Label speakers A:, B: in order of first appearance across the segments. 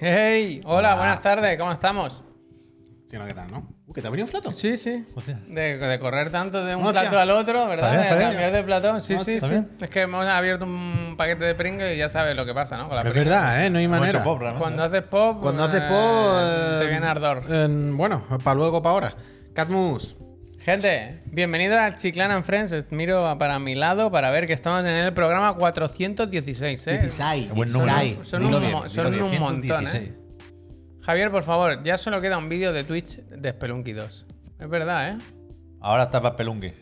A: Hey, hola, buenas tardes, ¿cómo estamos?
B: Sí, no, ¿qué tal, no? Uh, ¿Que te ha venido un plato?
A: Sí, sí.
C: Hostia.
A: De, de correr tanto de un
B: Hostia.
A: plato al otro, ¿verdad?
C: Está bien, está
A: de
C: bien.
A: cambiar de plato. Sí,
C: Hostia,
A: sí,
C: está
A: sí.
C: bien.
A: Es que hemos abierto un paquete de Pringles y ya sabes lo que pasa, ¿no? Con la
B: Es
A: Pringles.
B: verdad, ¿eh? No hay
C: Hemos
B: manera.
C: hecho pop, realmente.
A: Cuando haces pop.
B: Cuando haces
A: eh,
B: pop... eh,
A: te viene ardor.
B: eh, bueno, para luego, para ahora. Catmus.
A: Gente, bienvenidos a Chiclana and Friends. Os Miro para mi lado para ver que estamos en el programa 416, ¿eh?
C: Qué buen número.
B: 16.
A: Son
C: Dilo
A: un
C: bien,
A: mo-
C: dilo
A: son
C: bien.
A: un montón,
C: 116.
A: Javier, por favor, ya solo queda un vídeo de Twitch de Spelunky 2. Es verdad, ¿eh?
C: Ahora está para pelungue.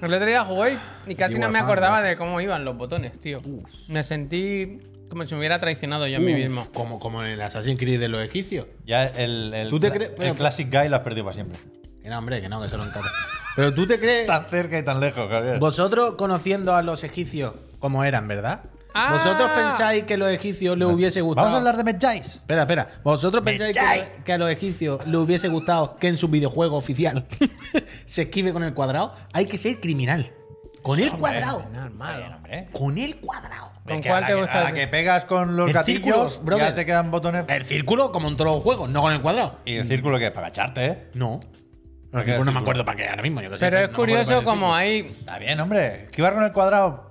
A: El otro día jugué y casi no me
B: Igual,
A: acordaba
B: fan,
A: de cómo iban los botones, tío. Me sentí como si me hubiera traicionado yo a mí
B: Uf,
A: mismo.
B: Como, como en el Assassin's Creed de los egipcios.
C: Ya el, el,
B: ¿Tú te
C: cla-
B: crees-
C: el
B: bueno,
C: Classic Guy lo has perdido para siempre.
B: Que no, hombre, que no, que solo en Qatar. Pero tú te crees...
C: Tan cerca y tan lejos, Javier.
B: Vosotros conociendo a los egipcios como eran, ¿verdad?
A: Ah.
B: ¿Vosotros pensáis que los egipcios les hubiese gustado?
C: Vamos a hablar de Medjais.
B: Espera, espera. ¿Vosotros pensáis que, que a los egipcios les hubiese gustado que en su videojuego oficial se esquive con el cuadrado? Hay que ser criminal. Con el cuadrado.
A: Normal.
C: Hombre.
B: Con el cuadrado.
A: ¿Con
C: Es que
A: cuál
C: a la
A: te
C: que-
A: gusta
C: A la
A: el-
C: que pegas con los
B: El
C: gatillos,
B: círculo, brother.
C: ya te quedan botones.
B: El círculo, como en todos los juegos, no con el cuadrado. Eh,
C: Y el círculo que es para agacharte, ¿eh?
B: No. El
C: ¿Para qué
B: círculo no me
C: círculo?
B: acuerdo para qué ahora mismo. Yo que sé,
A: Pero
B: no
A: es
B: me acuerdo para
A: curioso
B: qué
A: como
B: círculo.
A: hay.
C: Está bien, hombre. Esquivar con el cuadrado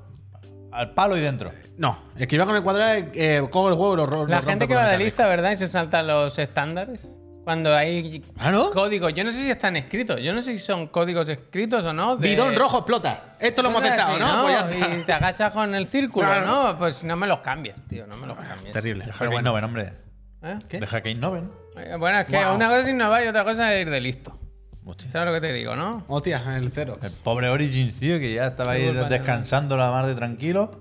C: al palo y dentro.
B: No, esquivar con el cuadrado, eh, cojo el juego y lo ro- lo
A: La
B: rompe
A: gente que
B: por
A: va
B: la
A: de
B: mitad.
A: lista, ¿verdad? Y se saltan los estándares. Cuando hay
B: Ah, ¿no?
A: códigos. Yo no sé si están escritos. Yo no sé si son códigos escritos o no. de-
B: Bidón rojo explota. Esto lo hemos
A: Cosas
B: testado,
A: así,
B: ¿no? Pues ya está.
A: Y te agachas con el círculo,
B: Claro.
A: ¿no? Pues no me los cambies, tío. No me los cambies.
B: Terrible.
C: Deja que innoven, hombre.
A: ¿Eh?
B: ¿Qué?
C: Deja que innoven.
A: Eh, Bueno, es que
B: Wow.
A: una cosa es innovar y otra cosa es ir de listo.
C: Hostia.
A: ¿Sabes lo que te digo, no?
B: Hostia, el cero.
C: El pobre Origins, tío, que ya estaba ahí
A: Qué culpa,
C: descansando la mar de tranquilo.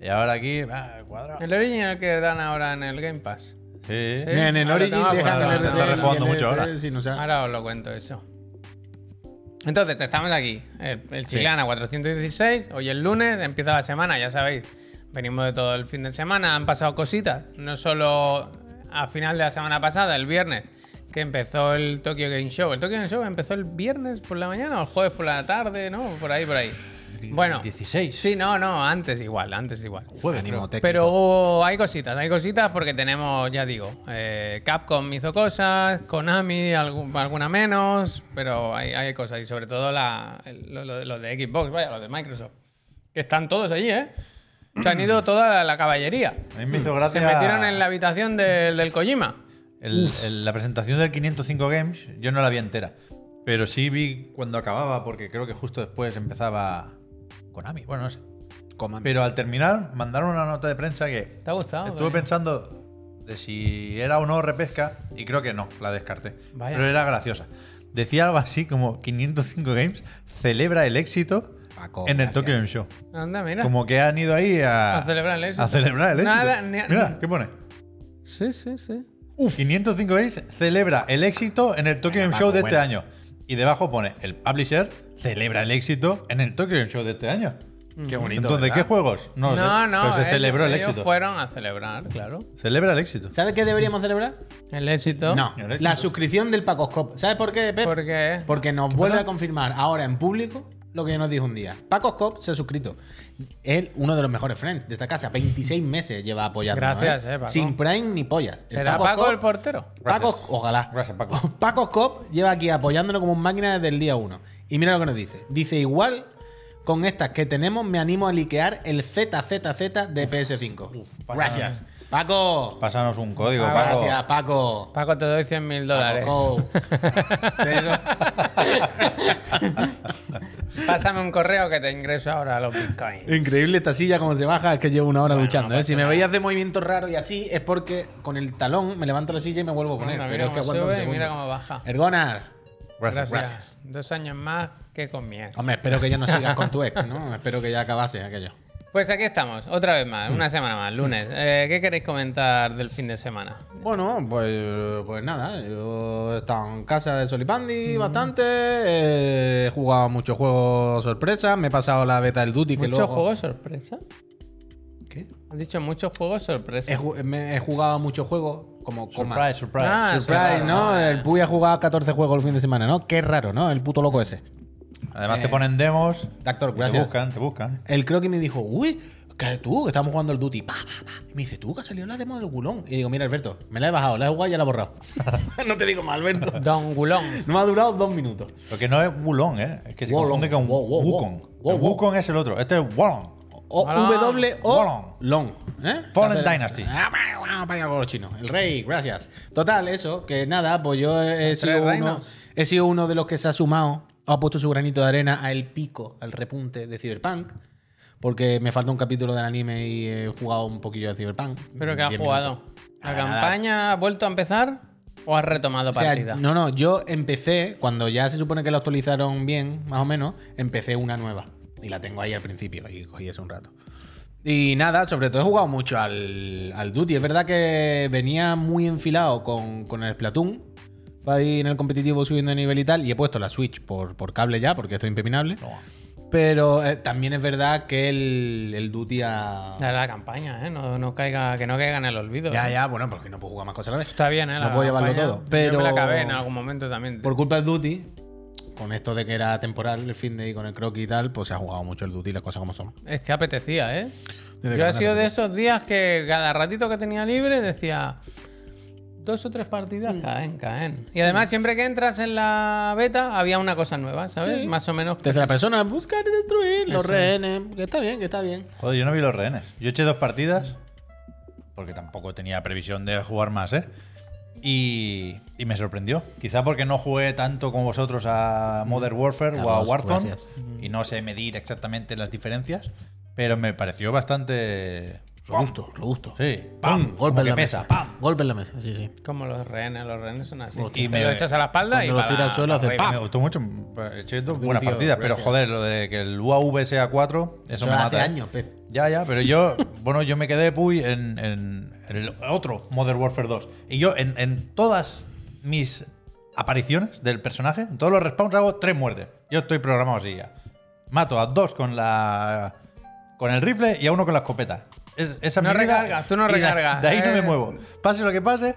C: Y ahora aquí, va, el cuadrado.
A: El original que dan ahora en el Game Pass.
C: Sí.
A: Sí.
B: En el
A: Ahora te
B: Origins
A: va a
B: dejan
A: acordar,
B: el
A: se está
B: R3 y
C: rejugando
B: el
C: mucho
B: R3
C: ahora.
B: sin usar.
A: Ahora os lo cuento eso. Entonces, estamos aquí. El, el Chilana 416. Hoy es lunes, empieza la semana, ya sabéis. Venimos de todo el fin de semana, han pasado cositas. No solo a final de la semana pasada, el viernes, que empezó el Tokyo Game Show. El Tokyo Game Show empezó el viernes por la mañana o el jueves por la tarde, ¿no? Por ahí, por ahí. Bueno.
C: 16.
A: Sí, no, no, antes igual, antes igual.
B: Jueves, Ánimo técnico.
A: Pero hubo- hay cositas, hay cositas porque tenemos, ya digo, eh, Capcom hizo cosas, Konami algu- alguna menos, pero hay, hay cosas y sobre todo la, el- lo, lo- lo de Xbox, vaya, los de Microsoft, que están todos allí, ¿eh? Se han ido toda la, la caballería.
C: A mí me hizo
A: Se
C: gracia.
A: metieron en la habitación del, del Kojima.
C: el- el- la presentación del 505 Games. Yo no la vi entera. Pero sí vi cuando acababa, porque creo que justo después empezaba Konami. Bueno, no sé.
B: Coman.
C: Pero al terminar, mandaron una nota de prensa que
A: ¿Te ha gustado? Pues,
C: Estuve pensando de si era o no repesca y creo que no, la descarté.
A: Vaya.
C: Pero era graciosa. Decía algo así como 505 Games celebra el éxito
B: Paco,
C: en el
B: gracias.
C: Tokyo Game Show.
A: Anda, mira.
C: Como que han ido ahí a,
A: A celebrar el éxito.
C: a celebrar el éxito.
A: Nada, ni-
C: Mira, ¿qué pone?
A: Sí, sí, sí.
C: 505 Games celebra el éxito en el Tokyo
B: Venga,
C: Game Show
B: Paco,
C: de este
B: buena.
C: año. Y debajo pone el publisher celebra el éxito en el Tokyo Game Show de este año.
B: Qué bonito.
C: Entonces, ¿qué
B: ¿verdad?
C: juegos? No, lo
A: No,
C: sé,
A: no,
C: pero se
A: ellos-
C: celebró el
A: ellos
C: éxito.
A: fueron a celebrar, claro.
C: Celebra el éxito.
B: ¿Sabes qué deberíamos celebrar?
A: El éxito.
B: No,
C: Señores,
B: la
C: chicos.
B: suscripción del Pacoscop. ¿Sabes por qué, Pep?
A: Porque
B: Porque nos vuelve a confirmar ahora en público lo que nos dijo un día. Pacoscop se ha suscrito. Es uno de los mejores friends de esta casa. 26 meses lleva apoyando.
A: Gracias, eh, Paco.
B: Sin Prime ni pollas. El
A: será
B: Paco
A: Paco
B: Cop-
A: el portero.
B: Paco,
C: Gracias.
B: ojalá.
C: Gracias, Paco.
B: Paco Cop lleva aquí apoyándolo como un máquina desde el día uno. Y mira lo que nos dice. Dice, igual con estas que tenemos me animo a liquear el ZZZ de PS5.
C: pasa-
B: gracias. Paco.
C: Pásanos un código,
A: Ah,
C: Paco.
B: Gracias, Paco.
A: Paco, te doy 100.000 mil dólares.
B: Paco Cop.
C: Te he ido-
A: Pásame un correo que te ingreso ahora a los bitcoins.
B: Increíble esta silla como se baja, es que llevo una hora luchando. ¿eh? Si me veis hacer movimientos raros y así, es porque con el talón me levanto la silla y me vuelvo a poner.
A: Anda, mira
B: pero es que
A: cómo
B: aguanta un
A: sube y
B: segundo.
A: mira cómo baja.
B: Ergonar.
A: Gracias.
C: Gracias.
A: Dos años más que con miedo.
B: Hombre, espero que ya no sigas con tu ex, ¿no? Espero que ya acabases aquello.
A: Pues aquí estamos, otra vez más,
B: Mm.
A: una semana más, lunes. Eh, ¿Qué queréis comentar del fin de semana?
B: Bueno, pues, pues nada, yo he estado en casa de Solipandi bastante, eh, he jugado muchos juegos sorpresa, me he pasado la beta del Duty que
A: ¿Muchos
B: luego...
A: juegos sorpresa?
B: ¿Qué? Eh,
A: Has dicho muchos juegos sorpresa.
B: He, ju- me- he jugado muchos juegos como coma.
C: Surprise, surprise.
A: Ah,
C: surprise.
B: Surprise,
A: sí, claro,
B: ¿no?
A: no,
B: El Puy ha jugado 14 juegos el fin de semana, ¿no? Qué raro, ¿no? El puto loco ese.
C: Además te ponen demos.
B: Doctor,
C: y Te
B: gracias.
C: buscan, te buscan.
B: El croqui me dijo, uy, que tú, que estamos jugando el Duty. Pa, pa, pa. Y me dice, tú, que ha salido la demo del gulón. Y digo, mira, Alberto, me la he bajado, la he jugado y ya la he borrado. no te digo más, Alberto.
A: Don Gulón.
B: No me ha durado dos minutos.
C: Lo que no es Wulong, ¿eh? Es que se
B: Wulong.
C: confunde con
B: Wow, wow, wow.
C: Wukong.
B: Wow,
C: El
B: wow.
C: Wukong es el otro. Este es Wulong.
B: O,
A: Balón.
B: W
C: Balón.
B: o Long. ¿eh?
C: Fallen
B: Se hace-
C: Dynasty.
B: Ah, bueno, Vamos para allá con los chinos. El rey, gracias. Total, eso, que nada, pues yo he, he sido uno,
A: reinos.
B: he sido uno de los que se ha sumado o ha puesto su granito de arena al pico, al repunte de Cyberpunk. Porque me falta un capítulo del anime y he jugado un poquillo de Cyberpunk.
A: Pero que ha
B: Diez
A: jugado.
B: minutos.
A: ¿La
B: Nada, nada.
A: campaña ha vuelto a empezar o has retomado
B: O sea,
A: partida?
B: no, no, yo empecé, cuando ya se supone que lo actualizaron bien, más o menos, empecé una nueva. Y la tengo ahí al principio, y cogí hace un rato. Y nada, sobre todo he jugado mucho al, al Duty. Es verdad que venía muy enfilado con, con el Splatoon. Ahí en el competitivo subiendo de nivel y tal. Y he puesto la Switch por, por cable ya, porque esto es imperminable. Pero eh, también es verdad que el, el Duty ha.
A: La, la campaña, ¿eh? No, no caiga, que no caiga en el olvido.
B: Ya,
A: ¿eh?
B: ya, bueno, porque no puedo jugar más cosas a la vez.
A: Está bien, ¿eh? La
B: No puedo llevarlo
A: campaña.
B: todo, pero-
A: Yo me la acabé en algún momento también.
B: Por culpa del Duty, con esto de que era temporal el fin de y con el croquis y tal, pues se ha jugado mucho el Duty, las cosas como son.
A: Es que apetecía, ¿eh?
B: Desde que
A: Yo
B: me
A: ha sido de
B: apetece.
A: esos días que cada ratito que tenía libre decía dos o tres partidas,
C: Mm.
A: caen, caen. Y además, siempre que entras en la beta, había una cosa nueva, ¿sabes?
B: Sí.
A: Más o menos.
B: Tercera persona, buscar y destruir los rehenes, que está bien, que está bien.
C: Joder, yo no vi los rehenes. Yo eché dos partidas. Porque tampoco tenía previsión de jugar más, ¿eh? Y, y me sorprendió. Quizá porque no jugué tanto como vosotros a Modern Warfare o a
B: Carlos,
C: Warzone.
B: gracias.
C: Y no sé medir exactamente las diferencias. Pero me pareció bastante.
B: Robusto, robusto.
C: Sí.
B: Pam, golpe
C: Como
B: en
C: que
B: la
C: pesa.
B: mesa. Pam, golpe en la mesa, sí, sí.
A: Como los rehenes, los rehenes son así.
C: Y
A: Y
C: me-
A: me lo echas a la espalda y.
B: Cuando lo
A: pa-
B: tira al suelo, hace
A: arriba.
B: ¡pam!
C: Me gustó mucho. Eché dos buenas
B: tío,
C: partidas. Pero
B: gracias.
C: joder, lo de que el UAV sea 4, eso,
B: Eso
C: me
B: hace
C: mata. ¿eh?
B: años, Pep.
C: Ya, ya, pero yo, bueno, yo me quedé, Puy, en, en el otro Modern Warfare 2. Y yo, en, en todas mis apariciones del personaje, en todos los respawns, hago tres muertes. Yo estoy programado así ya. Mato a dos con la. con el rifle y a uno con la escopeta. Es, esa es
A: No
C: mi vida.
A: recargas, tú no
C: Y de-
A: recargas.
C: De, ahí no
A: Eh.
C: me muevo. Pase lo que pase,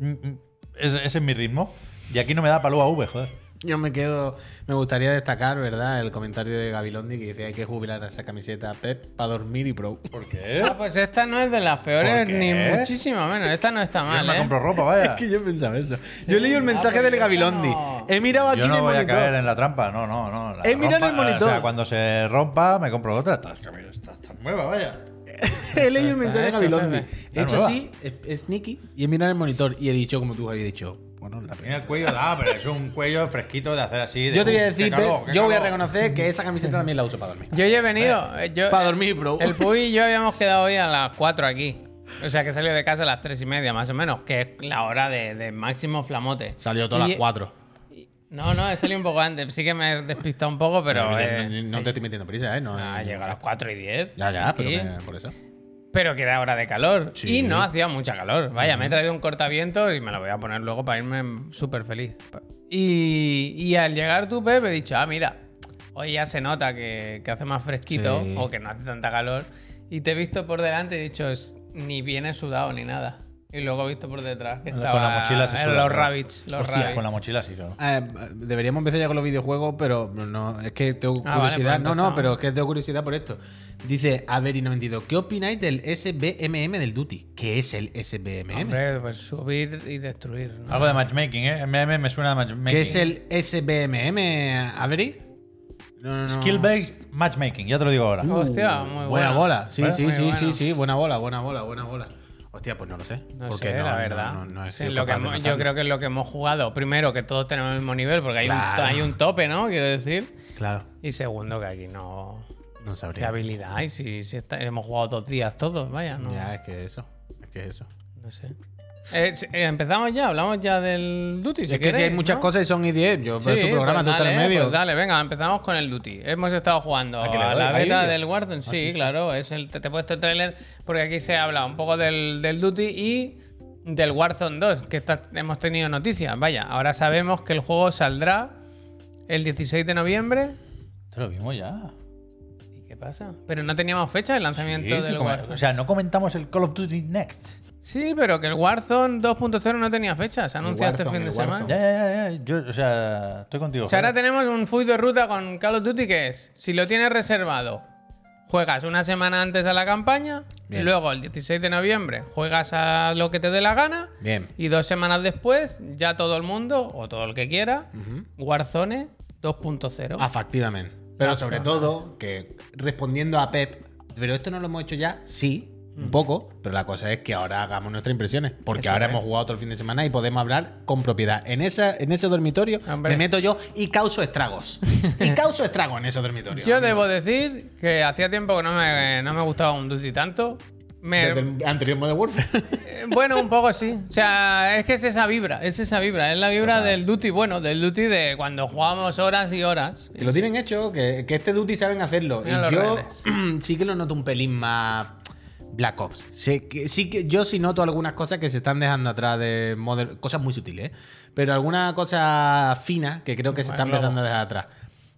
C: mm, mm, ese, ese es mi ritmo. Y aquí no me da para UAV, joder.
B: Yo me quedo. Me gustaría destacar, ¿verdad?, el comentario de Gabilondi que decía hay que jubilar a esa camiseta Pep para dormir y pro.
C: ¿Por qué?
A: Ah, pues esta no es de las peores,
C: ¿Por
A: ni
C: qué?
A: muchísimo menos. Esta no está
C: Yo no
A: mal,
C: me
A: ¿eh?
C: compro ropa, vaya.
B: Es que yo pensaba eso. Yo leí
C: Ah,
B: el mensaje
A: pero
B: del
A: yo
B: Gabilondi.
A: no.
B: He mirado aquí
C: Yo
B: en
C: no
B: el
C: voy a
B: monitor.
C: caer en la trampa, no, no, no. La
B: Eh, mira en el
C: rompa,
B: monitor.
C: O sea, cuando se rompa, me compro otra. Esta, esta- esta nueva, vaya.
B: He leído un mensaje de
A: hecho,
B: Gabilondi.
A: Pepe.
B: He
C: La
B: hecho
C: nueva.
B: así, es- sneaky, y he mirado en el monitor y he dicho, como tú habías dicho, bueno, la
C: Mira el cuello, ah, pero es un cuello fresquito de hacer así. de,
B: Yo te voy a
C: "Uh,
B: decir,
C: qué
B: Pep,
C: calor, qué
B: yo voy a
C: calor".
B: reconocer que esa camiseta también la uso para dormir.
A: Yo ya he venido. eh, yo-
B: Pa' dormir, bro.
A: El Puy y yo habíamos quedado hoy a las 4 aquí. O sea que salió de casa a las 3 y media, más o menos, que es la hora de, de máximo flamote.
B: Salió todas
A: Y-
B: las cuatro.
A: No, no, he salido un poco antes. Sí que me he despistado un poco, pero.
B: Eh,
A: eh,
B: no te estoy metiendo prisa, ¿eh? No,
A: ah,
B: eh,
A: llegó a las 4 y 10.
B: Ya, ya, pero
A: aquí.
B: que- por eso.
A: Pero que era hora de calor.
B: Sí.
A: Y no hacía mucha calor. Vaya, me he traído un cortaviento y me lo voy a poner luego para irme súper feliz. Y, y al llegar tu Pep, he dicho, ah, mira, hoy ya se nota que, que hace más fresquito
B: Sí.
A: o que no hace tanta calor. Y te he visto por delante y he dicho, "Es- ni viene sudado ni nada. Y luego he visto por detrás que
C: Con
A: estaba
C: la mochila se
A: eran
C: suda,
A: los
C: ¿no?
A: rabbits. Los
C: Hostia,
A: rabbits.
C: con la mochila sí, claro.
B: Eh, deberíamos empezar ya con los videojuegos, pero no, es que tengo
A: Ah, vale,
B: curiosidad.
A: pues
B: no, no,
A: empezamos.
B: pero es que tengo curiosidad por esto. Dice Averi92, ¿qué opináis del SBMM del Duty? ¿Qué es el SBMM?
A: Hombre, pues subir y destruir. ¿no?
C: Algo de matchmaking, ¿eh? MM me suena a matchmaking.
B: ¿Qué es el SBMM, Avery? No, Ah, no, no.
C: Skill-based matchmaking, ya te lo digo ahora.
A: Hostia, muy
B: Buena
A: bueno.
B: bola, sí,
A: Bueno,
B: sí,
A: muy
B: sí,
A: bueno.
B: sí, sí, buena bola, buena bola, buena bola. Hostia, pues no lo sé.
A: No
B: porque
A: sé,
B: no,
A: la
B: no,
A: verdad.
B: no, no he
A: Sí,
B: sido
A: lo que
B: capaz de
A: hemos- yo
B: notarlo.
A: creo que es lo que hemos jugado. Primero, que todos tenemos el mismo nivel, porque hay,
B: Claro.
A: un, hay un tope, ¿no? Quiero decir.
B: Claro,
A: Y segundo, que aquí no.
B: no
A: ¿Qué
B: sabría.
A: habilidad hay? Si, si está- hemos jugado dos días todos, vaya, no,
B: Ya, es que eso, es que eso.
A: no sé. Eh, si- eh, empezamos ya, hablamos ya del Duty.
B: es que si hay muchas cosas y son IDM, yo veo tu programa,
A: pues
B: tú estás en
A: dale,
B: medio.
A: pues dale, venga, empezamos con el Duty. Hemos estado jugando
B: ¿A qué le
A: a
B: doy? Ah,
A: la
B: ¿Hay
A: beta
B: vídeo?
A: del Warzone. Sí, claro, es el, te, te he puesto el trailer porque aquí se habla un poco del, del Duty y del Warzone 2, que está- hemos tenido noticias. Vaya, ahora sabemos que el juego saldrá el 16 de noviembre.
C: Te lo vimos ya.
A: ¿Y qué pasa? Pero no teníamos fecha de lanzamiento
C: Sí,
A: del
C: como-
A: Warzone.
C: o sea, no comentamos el Call of Duty Next.
A: Sí, pero que el Warzone 2.0 no tenía fecha. Se anunció este
B: Warzone,
A: fin de
B: el
A: semana.
B: Warzone.
C: Ya, ya, ya, ya. Yo, o sea, estoy contigo.
A: O sea, ahora
C: Javi.
A: tenemos un full de ruta con Call of Duty que es, si lo tienes reservado, juegas una semana antes a la campaña,
B: Bien.
A: y luego el 16 de noviembre juegas a lo que te dé la gana,
B: Bien.
A: y dos semanas después ya todo el mundo, o todo el que quiera, Warzone 2.0.
B: Ah, Afectivamente. Pero sobre todo, que respondiendo a Pep, pero esto no lo hemos hecho ya, sí, un poco, pero la cosa es que ahora hagamos nuestras impresiones,
A: Mm.
B: porque
A: Eso
B: ahora
A: es.
B: hemos jugado todo el fin de semana y podemos hablar con propiedad. En, esa, en ese dormitorio
A: Hombre.
B: me meto yo y causo estragos. y causo estragos en ese dormitorio.
A: Yo debo decir que hacía tiempo que no me, no me gustaba un Duty tanto. Me-
B: Desde el anterior Modern Warfare.
A: Eh, Bueno, un poco sí. O sea, es que es esa vibra, es esa vibra, es la vibra del duty, bueno, del duty de cuando jugamos horas y horas.
B: Que lo tienen hecho, que, que este duty saben hacerlo.
A: Mira
B: y
A: los
B: yo
A: rehenes.
B: sí que lo noto un pelín más Black Ops. Sé que- sí que yo sí noto algunas cosas que se están dejando atrás de Modern, cosas muy sutiles, ¿eh? pero algunas cosas finas que creo que se
A: Bueno,
B: están
A: luego.
B: empezando a dejar atrás.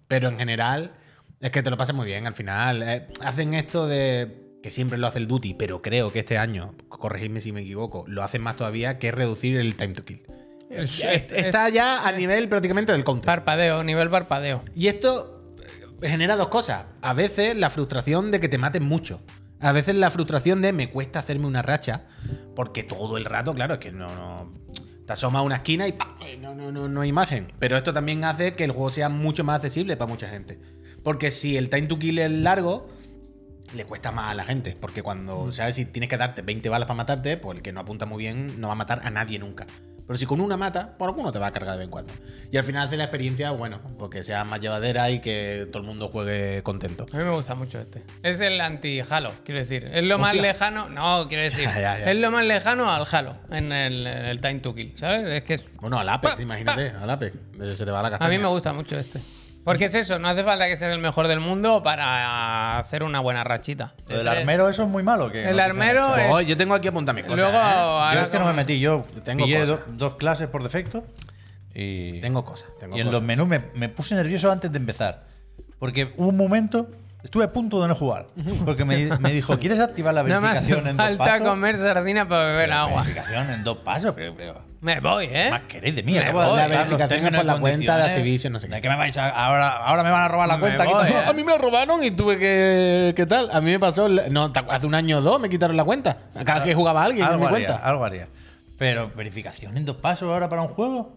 B: Pero en general es que te lo pasas muy bien al final. Eh, hacen esto de que siempre lo hace el duty, pero creo que este año, corregidme si me equivoco, lo hacen más todavía que es reducir el time to kill.
A: Es-
B: Est-
A: es-
B: Está ya a nivel prácticamente del counter.
A: Parpadeo, nivel parpadeo.
B: Y esto eh, genera dos cosas. A veces la frustración de que te maten mucho. A veces la frustración de me cuesta hacerme una racha. Porque todo el rato, claro, es que no. no te asomas a una esquina y ¡pam! No, no, no, no hay margen. Pero esto también hace que el juego sea mucho más accesible para mucha gente. Porque si el time to kill es largo, le cuesta más a la gente. Porque cuando, ¿sabes? Si tienes que darte 20 balas para matarte, pues el que no apunta muy bien no va a matar a nadie nunca. Pero si con una mata, por alguno te va a cargar de vez en cuando. Y al final hace la experiencia, bueno, porque sea más llevadera y que todo el mundo juegue contento.
A: A mí me gusta mucho este. Es el anti-Halo, quiero decir. Es lo más
B: Hostia.
A: lejano. No, quiero decir.
B: Ya, ya, ya.
A: Es lo más lejano al Halo en el, en el Time to Kill, ¿sabes? Es que es-
B: Bueno, al
A: Pa,
B: Apex,
A: pa.
B: imagínate, al Apex. Desde se te va la
A: a
B: castaña.
A: mí me gusta mucho este. Porque es eso, no hace falta que seas el mejor del mundo para hacer una buena rachita.
C: ¿Lo del armero eso es muy malo. Que
A: El armero
B: Oh,
A: es.
B: yo tengo aquí apuntar mis cosas.
A: Luego,
B: ¿eh?
C: Yo
A: ahora
C: es que no me
A: como-
C: metí. Yo
B: tengo
C: pillé
B: cosas.
C: do- dos clases por defecto
B: ¿eh?
C: y,
B: Tengo cosas. Tengo
C: y en
B: cosas.
C: los menús me, me puse nervioso antes de empezar. Porque hubo un momento, estuve a punto de no jugar. Porque me, me dijo, ¿quieres activar la
A: No me hace
C: verificación en dos
A: falta
C: pasos?
A: comer sardina para beber agua.
C: Verificación en dos pasos, pero... pero-
A: Me voy, ¿eh?
C: más queréis de mí?
A: Me
C: Acabo de
A: voy.
C: dar
A: La
C: los
B: verificación
C: términos
B: es por
C: y
B: la cuenta de
C: condiciones.
B: Activision, no sé qué.
C: ¿De qué me vais a- ahora, ahora me van a robar la
A: Me
C: cuenta.
A: voy,
C: aquí
A: eh.
B: A mí me la robaron y tuve que. ¿Qué tal? A mí me pasó. el- No, te acuerdas, hace un año o dos me quitaron la cuenta. Cada vez que jugaba alguien, no
C: algo
B: me
C: haría,
B: eh. cuenta.
C: algo haría. Pero verificación en dos pasos ahora para un juego.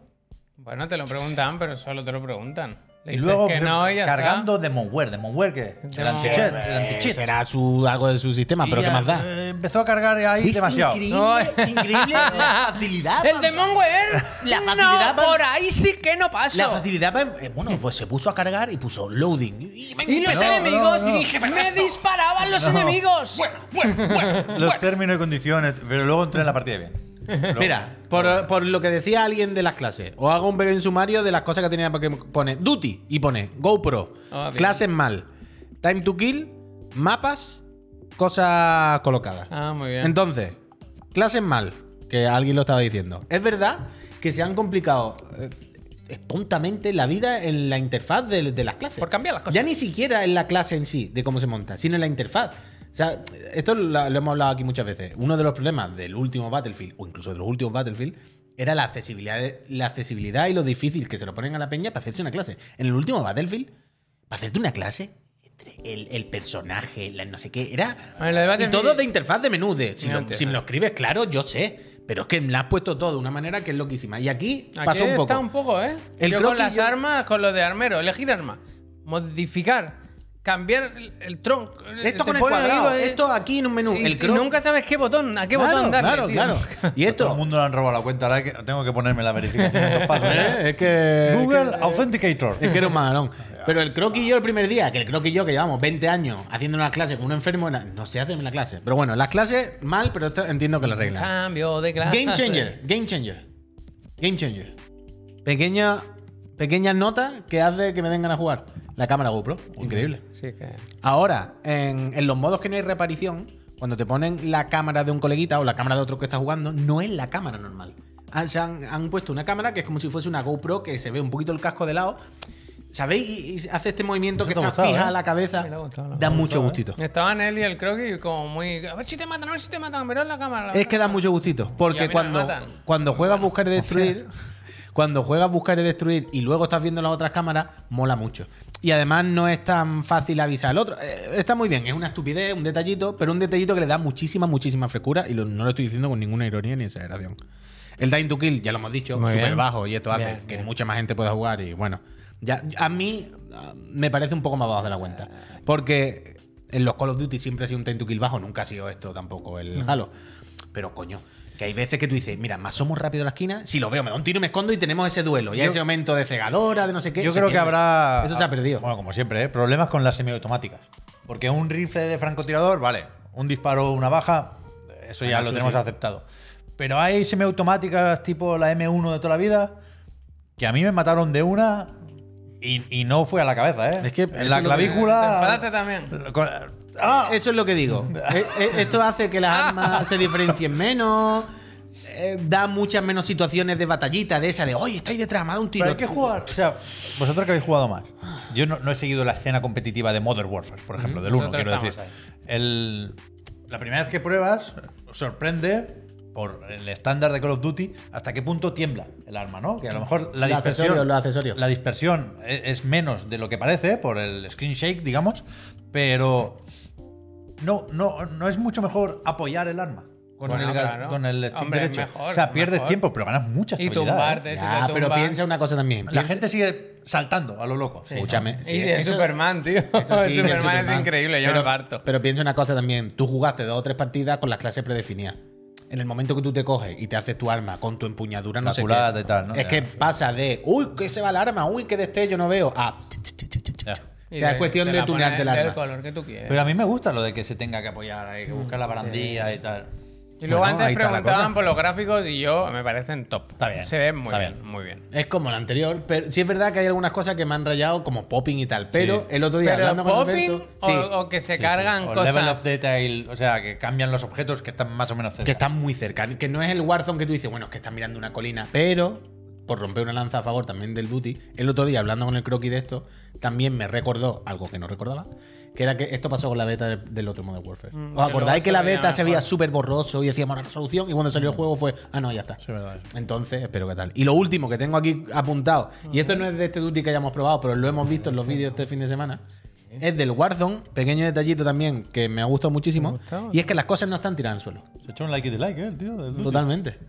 A: Bueno, te lo preguntan, pero solo te lo preguntan. Le
C: Y
A: dices
C: luego pues,
A: que no, y ya
C: cargando Demonware. Demonware que el
A: Demonware.
B: Sí,
C: anti-cheat. El
B: eh,
C: anti-cheat.
B: Será su, algo de su sistema, pero
C: Y
B: ¿qué
C: ya,
B: más da?
C: eh, Empezó a cargar ahí demasiado.
A: Ay.
B: la facilidad.
A: está. El
B: pa-
A: Demon Wear,
B: Ah, pues, La facilidad
A: no,
B: para-
A: por ahí sí que no paso.
B: La facilidad. pa- eh, Bueno, pues se puso a cargar y puso loading. Y, venga,
A: Y los
B: empezó.
C: No,
A: enemigos,
C: no, no.
A: y dije, me disparaban los
C: No.
A: enemigos.
C: Los términos y condiciones. Pero luego entré en la partida bien. Luego-
B: Mira, por, por lo que decía alguien de las clases, os hago un breve sumario de las cosas que tenía que pone Duty y pone GoPro,
A: Ah, bien.
B: clases mal, Time to Kill, mapas, cosas colocadas.
A: Ah, muy bien.
B: Entonces, clases mal, que alguien lo estaba diciendo. Es verdad que se han complicado eh, tontamente la vida en la interfaz de, de las clases.
A: Por cambiar las cosas.
B: Ya ni siquiera en la clase en sí, de cómo se monta, sino en la interfaz. O sea, esto lo, lo hemos hablado aquí muchas veces. Uno de los problemas del último Battlefield, o incluso de los últimos Battlefield, era la accesibilidad, la accesibilidad y lo difícil que se lo ponen a la peña para hacerse una clase. En el último Battlefield, para hacerte una clase, entre el, el personaje, la no sé qué, era...
A: Bueno, lo de
B: y
A: Battlefield-
B: todo de interfaz de menú. De, si,
A: No
B: lo,
A: entiendo.
B: si me lo escribes claro, yo sé. Pero es que me la has puesto todo de una manera que es loquísima. Y aquí,
A: Aquí
B: pasó un poco.
A: está un poco, ¿eh?
B: El
A: yo con
B: croquis
A: las
B: yo-
A: armas, con lo de armero, elegir arma, modificar, cambiar el, el tronco.
B: Esto
A: Te
B: con el
A: pone ahí,
B: cuadrado,
A: eh,
B: esto aquí en un menú.
A: y-
B: el
A: y
B: cro-
A: nunca sabes qué botón, a qué
B: Claro,
A: botón darle,
B: claro,
A: tío.
B: claro. Y
C: A Todo el
B: esto.
C: mundo le han robado la cuenta. Ahora que- tengo que ponerme la verificación en dos pasos.
B: Eh, Es que.
C: Google
B: es que-
C: Authenticator.
B: Es que era un magalón. Pero el croquis yo el primer día, que el croquis yo que llevamos 20 años haciendo una clase con un enfermo, era- no se hace en la clase. Pero bueno, las clases mal, pero esto entiendo que la regla.
A: Cambio de clase.
B: Game changer, game changer. Game changer. Pequeña, pequeña nota que hace que me den ganas de jugar. La cámara GoPro. Increíble.
A: Sí, que.
B: Ahora, en, en los modos que no hay reparición, cuando te ponen la cámara de un coleguita o la cámara de otro que está jugando, no es la cámara Ah, normal. Han, se han, han puesto una cámara que es como si fuese una GoPro que se ve un poquito el casco de lado. ¿Sabéis? Y- y hace este movimiento
C: Eso
B: que
C: te ha
B: está
C: gustado,
B: fija
C: ¿eh?
B: a la cabeza.
A: Me lo ha gustado, ¿eh? me lo
B: Da
A: ha
B: mucho gustito.
A: Estaban él y el croquis como muy. A ver si te matan, a ver si te matan, pero en la cámara.
B: Es que da mucho gustito.
A: Y a
B: Porque
A: mí no me
B: cuando,
A: matan.
B: cuando juegas buscar y destruir. Cuando juegas buscar y destruir y luego estás viendo las otras cámaras, mola mucho. Y además no es tan fácil avisar al otro. Eh, está muy bien, es una estupidez, un detallito, pero un detallito que le da muchísima, muchísima frescura. Y lo- no lo estoy diciendo con ninguna ironía ni exageración. El Time to Kill, ya lo hemos dicho,
A: Muy
B: súper
A: bien.
B: bajo. Y esto hace
A: Bien,
B: que
A: bien.
B: mucha más gente pueda jugar. Y bueno, ya a mí ah, me parece un poco más bajo de la cuenta. Porque en los Call of Duty siempre ha sido un time to kill bajo, nunca ha sido esto tampoco el Halo. Pero coño, que hay veces que tú dices, mira, más somos rápido a la esquina, si lo veo, me da un tiro y me escondo y tenemos ese duelo. Y hay
C: Yo-
B: ese momento de cegadora, de no sé qué.
C: Yo
B: se
C: creo que
B: pierde.
C: habrá. ah,
B: Eso se ha perdido.
C: Bueno, como siempre, ¿eh? problemas con las semiautomáticas. Porque un rifle de francotirador, vale. Un disparo, una baja, eso ya
B: Ah,
C: lo
B: eso
C: tenemos
B: sí.
C: aceptado. Pero hay semiautomáticas tipo la M1 de toda la vida, que a mí me mataron de una y, y no fue a la cabeza, ¿eh?
B: Es que-
C: en
B: eso
C: la
B: es lo que-
A: Te
C: clavícula.
A: enfadaste también.
C: Con- ¡Ah!
B: Eso es lo que digo. Eh, eh, Esto hace que las armas se diferencien menos. eh, da muchas menos situaciones de batallita, de esa de, oye, estáis detrás, me ha dado un tiro.
C: Pero hay que jugar. O sea, vosotros que habéis jugado más. Yo no, no he seguido la escena competitiva de Modern Warfare, por ejemplo, del 1,
A: Nosotros
C: quiero decir.
A: estamos
C: El- la primera vez que pruebas, sorprende por el estándar de Call of Duty hasta qué punto tiembla el arma, ¿no? Que a lo mejor la
B: Los
C: dispersión,
B: accesorios, los accesorios.
C: La dispersión e- es menos de lo que parece por el screen shake, digamos, pero no, no, no es mucho mejor apoyar el arma. Con,
A: Bueno,
C: el, ga-
A: claro.
C: con el stick
A: Hombre,
C: derecho.
A: mejor,
C: o sea, pierdes
A: mejor.
C: tiempo, pero ganas mucha
A: Y
C: estabilidad. ¿eh?
A: tumbarte, si
B: Ya,
A: te
B: pero
A: tumbas.
B: piensa una cosa también.
C: La
B: piensa-
C: gente sigue saltando a lo loco.
B: Escúchame. sí,
A: y de
B: eso-
A: Superman, tío.
B: eso sí,
A: Superman,
B: del
A: es
B: Superman.
A: increíble, yo
B: pero,
A: me parto.
B: Pero piensa una cosa también. Tú jugaste dos o tres partidas con las clases predefinidas. En el momento que tú te coges y te haces tu arma con tu empuñadura, no
C: La
B: sé
C: culata
B: qué,
C: y tal, ¿no?
B: Es
C: Ya.
B: que pasa de, uy, que se va el arma, uy, que destello, no veo, a.
C: Ya.
A: Y
B: o sea,
A: te-
B: es cuestión
A: te
B: de
A: la pones
B: tunearte el
A: del
B: arma.
A: color que tú quieres.
C: Pero a mí me gusta lo de que se tenga que apoyar, hay que buscar
A: Mm,
C: la barandilla y tal.
A: y luego
B: bueno, ahí
A: antes
B: está la
A: preguntaban
B: cosa.
A: por los gráficos y yo me parecen top.
C: Está bien,
A: Se ven muy
C: está
A: bien,
C: bien.
A: muy bien.
B: Es como la anterior, pero sí es verdad que hay algunas cosas que me han rayado, como popping y tal. Pero el otro día
A: Pero
B: hablando con
A: popping
B: Alberto,
A: o,
B: sí,
A: o que se
B: Sí, sí.
A: cargan
C: O level
A: cosas.
C: of detail, o sea, que cambian los objetos que están más o menos cerca.
B: que están muy cerca, que no es el Warzone que tú dices, bueno, es que estás mirando una colina, pero por romper una lanza a favor también del Duty, el otro día hablando con el croquis de esto, también me recordó algo que no recordaba, que era que esto pasó con la beta del, del otro Modern Warfare.
A: Mm, que
B: ¿Os acordáis
A: luego
B: que
A: se
B: la
A: veía
B: beta se
A: mejor.
B: veía súper borroso y decíamos la resolución y cuando salió el juego fue, ah, no, ya está.
C: Sí, verdad, eso.
B: Entonces, espero que tal. Y lo último que tengo aquí apuntado, y esto no es de este Duty que hayamos probado, pero lo hemos visto en los vídeos este fin de semana, es del Warzone, pequeño detallito también que me ha gustado muchísimo,
A: gustado.
B: y es que las cosas no están tiradas al suelo.
C: Se echó un like y dislike, ¿eh? El tío. del-
B: Totalmente.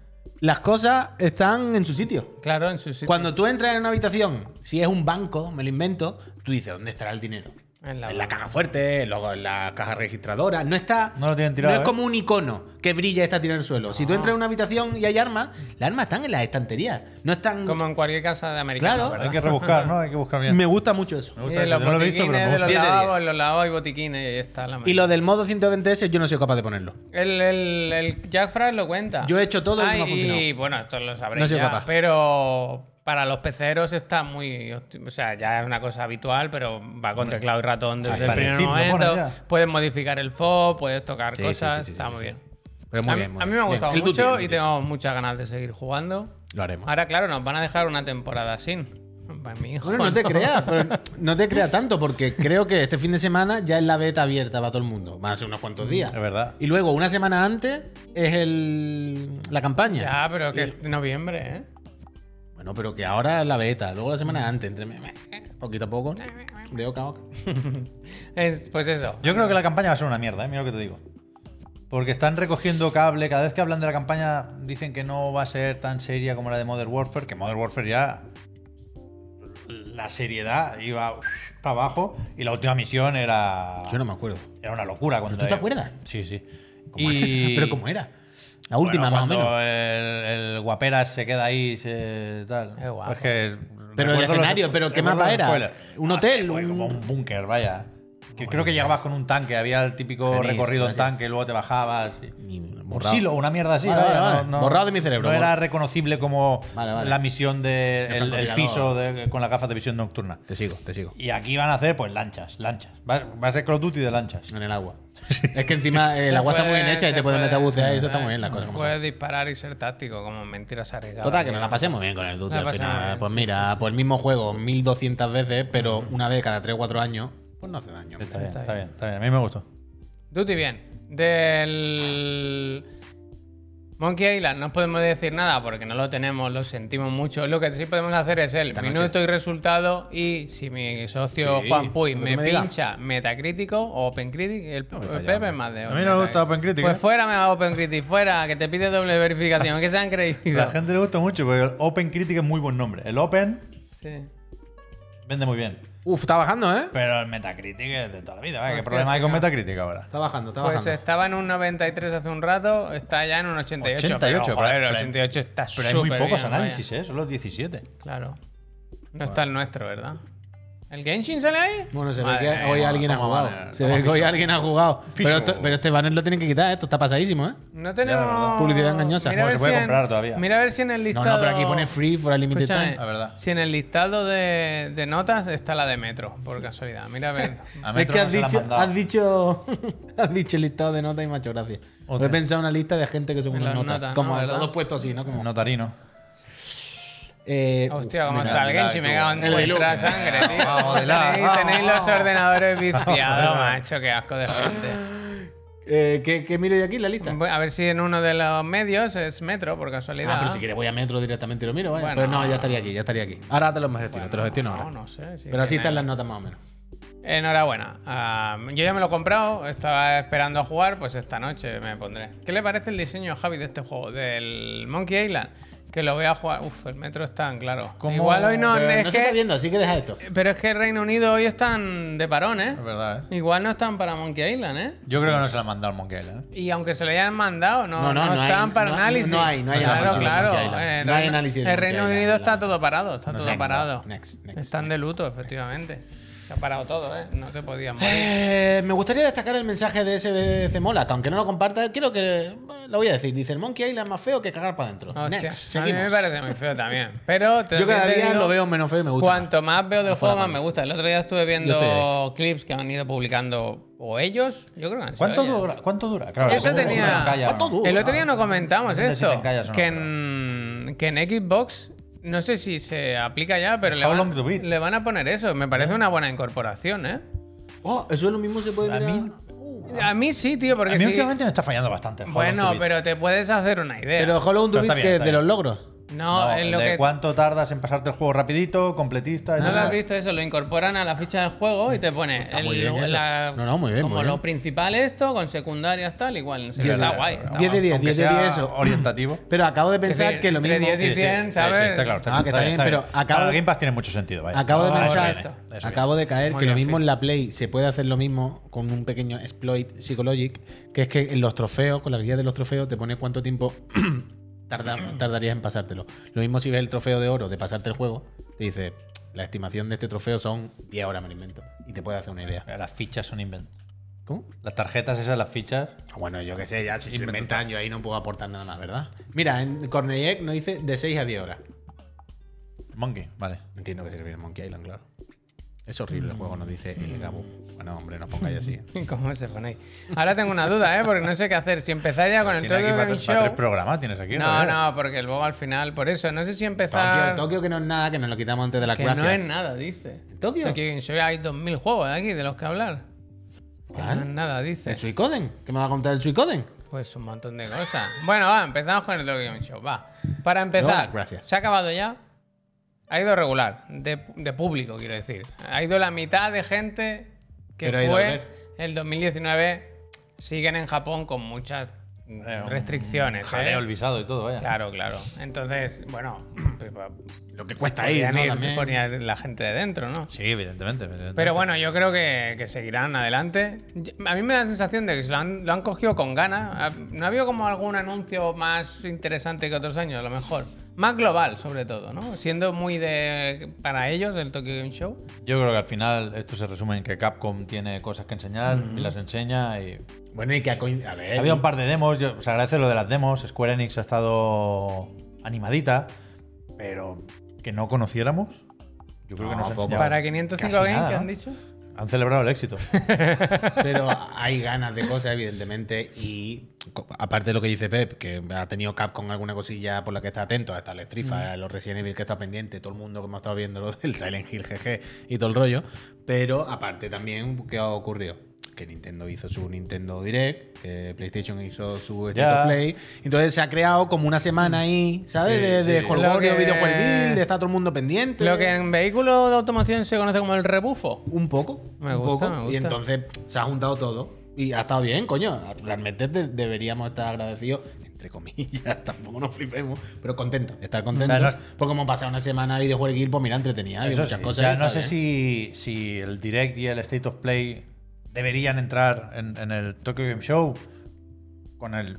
B: Las cosas están en su sitio.
A: Claro, en su sitio.
B: Cuando tú entras en una habitación, si es un banco, me lo invento, tú dices, ¿dónde estará el dinero?
A: En
B: En
A: la
B: la,
A: banca.
B: caja fuerte, luego en la caja registradora. No está.
C: No lo tienen tirado,
B: No
C: ¿eh?
B: es como un icono que brilla y está tirado en el suelo.
A: Ah.
B: Si tú entras en una habitación y hay armas, las armas están en las estanterías. No están.
A: Como en cualquier casa de americano.
B: Claro.
A: ¿verdad?
C: Hay que rebuscar, ¿no? Hay que buscar bien.
B: Me gusta mucho eso.
C: Me
A: Y
C: gusta
A: de
C: eso.
A: los
C: Yo no lo he visto, pero
A: botiquines,
C: me
A: de
C: gusta.
A: los
B: Diez de
A: lavabos, los lavabos y botiquines, y ahí está la
B: Y lo del modo 120S, yo no soy capaz de ponerlo.
A: El, el, el Jack Fry lo cuenta.
B: Yo he hecho todo y no
A: Ay,
B: ha funcionado.
A: Y bueno, esto lo sabréis
B: No soy
A: ya,
B: capaz.
A: Pero para los peceros está muy... opti- O sea, ya es una cosa habitual, pero va con teclado y ratón desde
C: está
A: el primer
C: en Steam, lo pones
A: momento.
C: ya.
A: Puedes modificar el FOB, puedes tocar
B: Sí, sí,
A: cosas.
B: sí, sí,
A: está
B: sí,
A: muy
B: sí.
A: bien.
B: Pero muy
A: a, mí-
B: bien. muy
A: a mí me
B: bien.
A: ha gustado
B: El Duty,
A: mucho
B: el
A: y
B: Duty.
A: tengo muchas ganas de seguir jugando.
B: Lo haremos.
A: Ahora, claro, nos van a dejar una temporada sin. Para mi hijo,
B: Bueno, no te creas, pero no te creas tanto, porque creo que este fin de semana ya es la beta abierta para todo el mundo. Van a ser unos cuantos días.
C: Mm, Es verdad.
B: Y luego, una semana antes, es el, la campaña.
A: Ya, pero que es noviembre, ¿eh?
B: Bueno, pero que ahora es la beta, luego la semana antes, entre poquito a poco, de oca a oca.
A: Es- pues eso.
C: Yo creo que la campaña va a ser una mierda, ¿eh? mira lo que te digo. Porque están recogiendo cable. Cada vez que hablan de la campaña, dicen que no va a ser tan seria como la de Modern Warfare. Que Modern Warfare ya. La seriedad iba uf, para abajo. Y la última misión era.
B: Yo no me acuerdo.
C: Era una locura. Cuando
B: ¿Tú te acuerdas?
C: Sí, sí.
B: ¿Cómo
C: Y-
B: era? pero ¿cómo era? La última,
C: Bueno,
B: más o
C: cuando
B: menos.
C: El, el guaperas se queda ahí, se, tal.
A: Qué guapo.
C: Es que
B: Pero el
C: recuerdo los-
B: escenario, pero ¿qué
C: recuerdo
B: mapa
C: los
B: era?
C: spoilers. Ah,
B: ¿Un
C: No sé,
B: hotel?
C: güey,
B: ¿Un-
C: como un búnker, vaya. Que creo que llegabas con un tanque, había el típico
B: Genís,
C: recorrido en
B: gracias.
C: tanque, luego te bajabas. y-
B: Ni
C: Un
B: borrado.
C: silo, una mierda así.
B: Vale,
C: vaya,
B: vale, vale. Borrado de mi cerebro,
C: No era
B: borrado.
C: reconocible como
B: Vale, vale.
C: la misión del
B: El
C: el, el
B: francotirador.
C: piso de- con las gafas de visión nocturna.
B: Te sigo, te sigo.
C: Y aquí van a hacer, pues, lanchas, lanchas. Va, va a ser Call of Duty de lanchas.
B: En el agua. es que encima eh, el agua está muy bien hecha y te puedes meter a bucear y eso está muy bien, las cosas como son.
A: Puedes disparar y ser táctico, como mentiras arriesgadas.
B: Total, que nos la pasemos bien con el Duty
A: La
B: al
A: pasamos
B: final.
A: bien,
B: pues
A: sí,
B: mira,
A: sí, sí.
B: por el mismo juego 1200 veces, pero una vez cada 3 o 4 años, pues no hace daño.
C: Está bien,
A: Está
C: está
A: bien.
C: bien, está bien. A mí me gustó.
A: Duty bien. Del Monkey Island no podemos decir nada porque no lo tenemos, lo sentimos mucho. Lo que sí podemos hacer es el
B: Esta noche.
A: minuto y resultado y si mi socio
B: Sí,
A: Juan Puy
B: lo que
A: me,
B: me diga.
A: metacrítico Metacrítico o OpenCritic, el,
B: voy
A: el
B: para allá,
A: Pepe es más de
C: A mí no me gusta OpenCritic,
A: Pues
C: ¿eh?
A: fuera me va OpenCritic, fuera, que te pide doble verificación, que se han creído.
C: La gente le gusta mucho porque el Open Critic es muy buen nombre. El Open
A: Sí.
C: vende muy bien.
B: Uf, está bajando, ¿eh?
C: Pero el Metacritic es de toda la vida. vaya, ¿Qué
A: Hostia,
C: problema hay con
A: señor.
C: Metacritic ahora?
B: Está bajando, está
A: Pues
B: bajando.
A: estaba en un 93 hace un rato, está ya en un 88.
C: 88,
A: pero,
C: pero-
A: joder, el
C: pero-
A: 88 está
C: Pero hay muy
A: súper
C: pocos
A: bien,
C: análisis, ¿eh? Solo 17.
A: vaya. Claro. No está el nuestro, ¿verdad? ¿El Genshin sale ahí?
B: Bueno, se ve
A: Madre
B: que
A: mía,
B: hoy
A: no.
B: alguien ha
C: toma
B: jugado.
C: banner,
B: se
C: toma
B: ve que hoy
C: fijo.
B: alguien ha jugado.
C: Fijo.
B: Pero, esto- pero este banner lo tienen que quitar, ¿eh? esto está pasadísimo, ¿eh?
A: No
C: verdad.
A: tenemos.
B: Publicidad engañosa.
A: Mira a
B: Bueno,
A: ver
C: se puede
A: en-
C: comprar todavía.
A: Mira a ver si en el listado.
B: No, no, pero aquí pone free for a limited
A: Escúchame,
B: time.
C: La verdad.
A: Si en el listado de, de notas está la de Metro, por casualidad. Mira a ver.
C: A
B: Es
C: Metro
B: que
C: no
B: has
C: se la han
B: dicho,
C: mandado.
B: has dicho, has dicho el listado de notas y me ha hecho gracia.
C: Otra.
B: He pensado una lista de gente que sube
A: En
B: unas
A: las
B: notas.
A: notas, ¿no?
B: como
A: ¿Verdad?
B: todos puestos así, ¿no? Como,
C: Notarino.
B: eh,
A: Hostia,
B: uf,
A: cómo
B: mira.
A: está el
C: mira,
A: Genshin, me
C: tú. eh.
A: cago en
B: El de
A: vuestra
B: Luke.
A: sangre, tío.
C: Vamos, de lado,
A: tenéis,
C: vamos,
A: tenéis los
C: vamos.
A: ordenadores viciados, macho, qué asco de gente.
B: Eh, ¿qué, qué miro yo aquí en la lista?
A: Bueno, A ver si en uno de los medios es Metro, por casualidad.
B: Ah, pero si quieres voy a metro directamente y lo miro, vaya.
A: Bueno.
B: Pero no, ya estaría aquí, ya estaría aquí. Ahora te los gestiono, te los gestiono
A: No,
B: ahora.
A: no sé. sí
B: pero así
A: tiene-
B: están las notas más o menos.
A: Enhorabuena. Ah, yo ya me lo he comprado, estaba esperando a jugar, pues esta noche me pondré. ¿Qué le parece el diseño, Javi, de este juego? Del Monkey Island. Que lo voy a jugar. Uf, el Metro es tan claro.
C: ¿Cómo?
A: Igual hoy no.
B: Pero
A: es
B: no se está
A: que,
B: viendo, así que deja esto.
A: pero es que Reino Unido hoy están de parón, ¿eh?
C: Es verdad, ¿eh?
A: Igual no están para Monkey Island, ¿eh?
C: Yo creo que no se la han mandado al Monkey Island, ¿eh?
A: Y aunque se le hayan mandado, no, no,
B: No, no, no hay-
A: están para
B: no-
A: análisis.
B: no hay- no hay
A: claro,
B: análisis de
A: claro.
B: Monkey Island.
A: El
B: No hay
A: Reino-
B: análisis de
A: El Reino
B: Monkey
A: Unido
B: Island.
A: está todo parado, está todo
B: next,
A: parado.
B: next, next,
A: Están de
B: next,
A: luto, efectivamente. Se ha parado todo, ¿eh? No te podías morir.
B: Eh, me gustaría destacar el mensaje de SBC Mola, que aunque no lo comparta, quiero que eh, lo voy a decir. Dice, el Monkey Island es más feo que cagar para adentro.
A: Hostia,
B: Next,
A: a mí me
B: seguimos.
A: parece muy feo también. Pero te-
B: Yo cada
A: te
B: día
A: digo,
B: lo veo menos feo y me gusta.
A: Cuanto más veo del
B: fuera
A: juego, más
B: mal.
A: me gusta. El otro día estuve
B: estoy
A: viendo clips que han ido publicando o ellos. Yo creo que han sido
C: ¿Cuánto
A: ellos.
C: dura? ¿Cuánto dura? Claro,
A: Eso
C: supongo que
A: tenía-
C: si te encallas o
B: ¿Cuánto dura?
A: El otro día no comentamos
C: Depende si
A: esto.
C: te encallas o no,
A: que, en, que en Xbox, no sé si se aplica ya, pero le
C: How
A: van,
C: long to beat?
A: le van a poner eso. Me parece una buena incorporación, ¿eh?
B: Oh, eso es lo mismo se puede
C: A
B: mirar.
C: mí-
B: Uh.
A: A mí sí, tío, porque
C: A mí
A: sí-
C: últimamente me está fallando bastante. el Hollow
A: Bueno,
C: Knight.
A: pero te puedes hacer una idea.
B: Pero Hollow
C: Pero
B: Duty
C: está bien,
B: que es
C: está
B: de
C: bien.
B: los logros.
A: no,
C: No,
A: es
C: el
A: lo
C: de
A: que...
C: cuánto tardas en pasarte el juego rapidito, completista.
A: ¿No lo
C: etcétera.
A: has visto eso? Lo incorporan a la ficha del juego y te pone el-
B: muy bien eso.
A: la-
B: No, no, muy bien,
A: como
B: muy
A: lo
B: bien.
A: principal esto, con secundarias tal, igual. No sé,
B: Diez
A: está
B: de-
A: guay. está
B: 10 de
A: guay.
B: 10,
C: Aunque
B: 10 de
C: sea
B: 10 eso.
C: orientativo.
B: Pero acabo de pensar
A: decir,
B: que lo
A: entre
B: mismo.
A: 10 y 100, ¿sabes?
C: Sí, está claro. Está
B: Ah,
C: bien,
B: que está bien,
C: está
B: pero acabo-
C: Claro, el Game Pass tiene mucho sentido. Vaya.
B: Acabo de
A: Ah,
B: pensar,
A: eso viene,
C: eso
B: acabo de caer
A: Muy
B: que lo
A: bien,
B: mismo en la Play se puede hacer lo mismo con un pequeño exploit psychologic, que es que en los trofeos, con la guía de los trofeos, te pone cuánto tiempo tarda-
A: Mm.
B: tardarías en pasártelo. Lo mismo si ves el trofeo de oro de pasarte el juego, te dice, la estimación de este trofeo son 10 horas, me lo invento. Y te puede hacer una idea.
C: Las fichas son invent.
B: ¿Cómo?
C: Las tarjetas esas, las fichas.
B: Ah, Bueno, yo qué sé, ya si se inventan, yo ahí no puedo aportar nada más, ¿verdad? Mira, en Cornellec nos dice de 6 a 10 horas.
C: Monkey, vale.
B: Entiendo que se refiere a Monkey Island, claro. Mm. Es horrible el juego, nos dice el Gabo. Bueno, hombre, no os pongáis así.
A: ¿Cómo se ponéis? Ahora tengo una duda, ¿eh? Porque no sé qué hacer. Si empezáis ya con el
C: Tienes aquí
A: Tokyo
C: para,
A: Game
C: tres- para tres
A: Show...
C: programas, tienes aquí.
A: No,
C: joder.
A: no, porque luego al final... Por eso, no sé si empezar...
B: Tokio, Tokio que no es nada, que nos lo quitamos antes de las
A: que
B: clases.
A: no es nada, dice.
B: ¿Tokio?
A: Tokyo Game Show hay 2.000 juegos aquí de los que hablar. Que
B: ¿Cuál?
A: No es nada, dice.
B: ¿El Suicoden? ¿Qué me va a contar el Suicoden?
A: Pues un montón de cosas. Bueno, va, empezamos con el Tokyo Game Show. Va. Para empezar,
B: No, gracias.
A: se ha acabado ya. Ha ido regular, de, de público, quiero decir. Ha ido la mitad de gente que
B: Pero ha ido a
A: fue
B: ver.
A: el 2019. Siguen en Japón con muchas
C: un
A: restricciones. ¿eh?
C: Jaleo el visado y todo, vaya.
A: Claro, claro. Entonces, bueno, pues, va-
B: Lo que cuesta ir,
A: podían
B: ¿no?
A: ir,
B: También.
A: ponía la gente de dentro, ¿no?
C: Sí, evidentemente. evidentemente.
A: Pero bueno, yo creo que, que seguirán adelante. Yo- A mí me da la sensación de que se lo han, lo han cogido con ganas. Ah, No ha habido como algún anuncio más interesante que otros años, a lo mejor. Más global, sobre todo, ¿no? Siendo muy de. para ellos, del Tokyo Game Show.
C: Yo creo que al final esto se resume en que Capcom tiene cosas que enseñar y las enseña. Y...
B: Bueno, y que ha coin- A ver.
C: Había un par de demos, yo- os agradece lo de las demos. Square Enix ha estado animadita, pero que no conociéramos. Yo creo que
B: No,
C: no se
B: poco.
C: enseñaba
A: Para 505
C: casi
A: games,
C: nada,
A: que
C: ¿no?
A: han dicho.
C: Han celebrado el éxito.
B: Pero hay ganas de cosas, evidentemente. Y co- aparte de lo que dice Pep, que ha tenido Capcom alguna cosilla por la que está atento, hasta la
A: Mm.
B: estrifa, eh, los Resident Evil que está pendiente, todo el mundo que hemos estado viendo lo del Silent Hill GG y todo el rollo. Pero aparte también, ¿qué ha ocurrido? Que Nintendo hizo su Nintendo Direct, que PlayStation hizo su State
C: Ya.
B: of Play. Entonces se ha creado como una semana ahí, ¿sabes?
C: Sí,
B: de de
C: sí.
A: Lo
B: jolgorio,
A: que-
B: videojueguil, de estar todo el mundo pendiente.
A: Lo que en vehículos de automoción se conoce como el rebufo.
B: Un poco.
A: Me
B: un
A: gusta,
B: poco.
A: me gusta.
B: Y entonces se ha juntado todo. Y ha estado bien, coño. Realmente de- deberíamos estar agradecidos, entre comillas, tampoco nos flipemos, pero contentos, estar contentos.
C: O sea, no-
B: Porque hemos pasado una semana videojueguil, pues mira, entretenida, había
C: Eso
B: muchas
C: sí.
B: cosas.
C: O sea,
B: está
C: no sé
B: bien.
C: si, si el Direct y el State of Play deberían entrar en, en el Tokyo Game Show. Con el.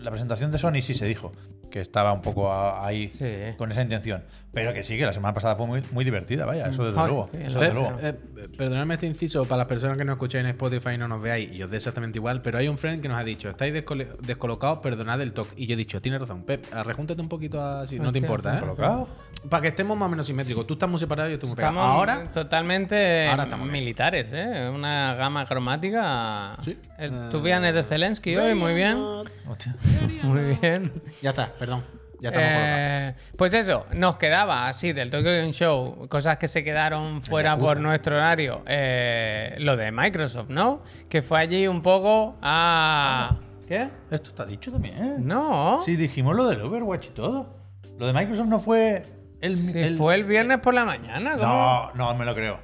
C: La presentación de Sony sí se dijo que estaba un poco a- ahí
A: Sí.
C: con esa intención. Pero que sí, que la semana pasada fue muy, muy divertida, vaya, eso desde
A: Ay,
C: luego.
A: qué bien,
C: Eso
A: la
C: desde
A: verdad.
C: luego.
B: Eh, eh, perdonadme este inciso, para las personas que nos escucháis en Spotify y no nos veáis, y os dé exactamente igual, pero hay un friend que nos ha dicho, estáis descole- descolocados, perdonad el toque. Y yo he dicho, tienes razón, Pep, ah, rejúntate un poquito así, no te
A: Hostia,
B: importa, ¿eh?
C: ¿Colocado?
B: Para que estemos más o menos simétricos. Tú estás muy separado y yo estoy muy pegado.
A: Estamos
B: Ahora,
A: totalmente
B: Ahora estamos bien.
A: militares, ¿eh? Una gama cromática.
B: Sí. Eh,
A: El Tubian es de Zelensky hoy, muy bien.
C: Hostia.
A: Muy bien.
B: ya está, perdón. Ya estamos colocados.
A: Eh, pues eso, nos quedaba así del Tokyo Game Show, cosas que se quedaron fuera por nuestro horario. eh, lo de Microsoft, ¿no? Que fue allí un poco a. ¿Qué?
C: Esto está dicho también, ¿eh?
A: No.
C: Sí, dijimos lo del Overwatch y todo. Lo de Microsoft no fue el.
A: Si fue el viernes por la mañana, ¿cómo?
C: No, no me lo creo.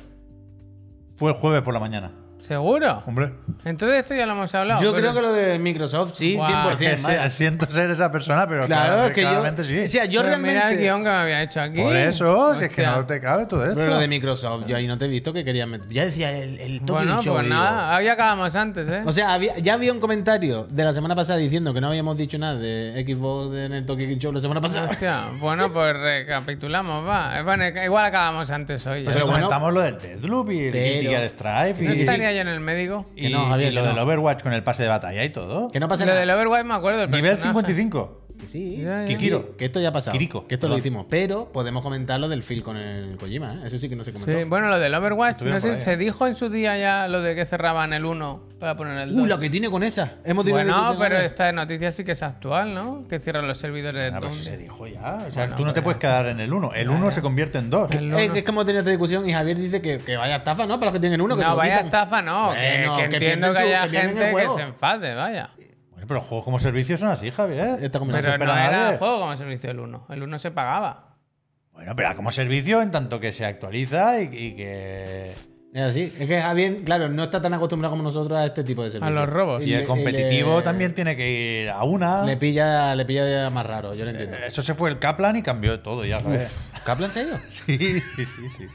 C: Fue el jueves por la mañana.
A: ¿Seguro?
C: Hombre.
A: Entonces esto ya lo hemos hablado.
B: Yo
A: pero-
B: creo que lo de Microsoft sí,
A: Guau,
C: Que
B: 100%.
C: sea-
B: vaya.
C: siento ser esa persona, pero
B: Claro,
C: claro,
B: es que
C: claramente
B: yo.
C: sí.
B: O sea, yo
A: Pero Mira el
B: realmente.
A: guión que me había hecho aquí.
C: Por eso, si es que
A: Hostia.
C: no te cabe todo esto.
B: Pero lo de Microsoft, yo ahí no te he visto que querían meter. Ya decía el, el Tokyo
A: Bueno,
B: Show.
A: pues
B: digo.
A: nada, había acabamos antes, ¿eh?
B: O sea, había- ya había un comentario de la semana pasada diciendo que no habíamos dicho nada de Xbox en el Tokyo Show la semana pasada.
A: Hostia, bueno, pues recapitulamos, va. Eh, Bueno, igual acabamos antes hoy.
C: Pero,
A: ¿eh?
B: Pero bueno-
C: comentamos lo del Deathloop y el
B: Pero-
C: Guilty Gear Stripe
A: ¿No
C: y,
A: estaría yo en el médico?
C: y-
B: Que no, Javier,
C: y lo
B: que
C: del
B: no.
C: Overwatch con el pase de batalla y todo.
B: Que no pasa
A: Lo
B: nada.
A: del Overwatch me acuerdo. el
C: Nivel
A: personaje.
C: 55.
B: Que Sí,
A: Ya, ya.
B: que,
C: Kikiro.
B: que esto ya ha pasado.
C: Kiriko,
B: que esto
C: perdón.
B: lo hicimos. Pero podemos comentar lo del Phil con el Kojima, ¿eh? Eso sí que no se comentó.
A: Sí, bueno, lo del Overwatch,
C: Estuvieron
A: no
C: por
A: sé,
C: ahí,
A: se
C: ¿eh?
A: dijo en su día ya lo de que cerraban el 1 para poner el 2.
B: Uh, lo que tiene con esa. Hemos tenido
A: Bueno,
B: discusión
A: pero
B: ahora.
A: esta noticia sí que es actual, ¿no? Que cierran los servidores de
B: Ah,
C: A ver
B: pues
A: Doom.
C: si pues se dijo ya. O sea,
A: Bueno,
C: tú no te
A: pero-
C: puedes quedar en el 1. El 1 se convierte en 2.
A: El
B: Es,
A: uno.
B: es como tener esta discusión y Javier dice que, que vaya estafa, ¿no? Para los que tienen uno. Que se
A: No,
B: lo
A: vaya
B: quitan.
A: estafa, no. que-
B: Bueno,
A: que,
B: que
A: entiendo
B: pierden
A: que
B: su-
A: haya
B: que pierden el
A: gente que
B: juego.
A: se enfade, vaya.
C: Bueno, pero los juegos como servicio son así,
B: Esta
C: Javier. No se
A: Pero
B: conversación.
A: no
C: espera
A: era
C: nadie.
A: juego como servicio el 1. El 1 se pagaba.
C: Bueno, pero como servicio en tanto que se actualiza y, y que...
B: Es así. Es que Javier, claro, no está tan acostumbrado como nosotros a este tipo de servicios.
A: A los robos.
B: Y
C: Y
B: le-
C: el competitivo
B: le-
C: también tiene que ir a una.
B: Le pilla, le pilla más raro, yo lo entiendo.
A: Eh,
C: Eso se fue el Kaplan y cambió todo ya, Javier.
B: ¿Kaplan se ha ido?
C: Sí, sí, sí, sí.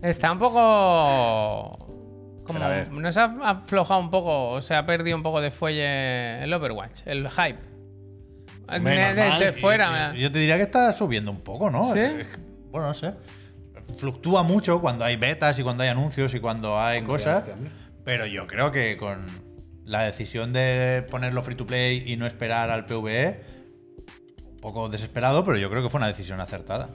A: Está un poco. Como.
C: Pero a ver.
A: Nos ha aflojado un poco. O sea, ha perdido un poco de fuelle el Overwatch, el hype.
C: Menos
A: Desde
C: mal. Y-
A: fuera.
C: y- Yo te diría que está subiendo un poco, ¿no?
A: ¿Sí?
C: Es que- Bueno, no sé. Fluctúa mucho cuando hay betas y cuando hay anuncios y cuando hay cosas. Pero yo creo que con la decisión de ponerlo free to play y no esperar al PvE, un poco desesperado, pero yo creo que fue una decisión acertada.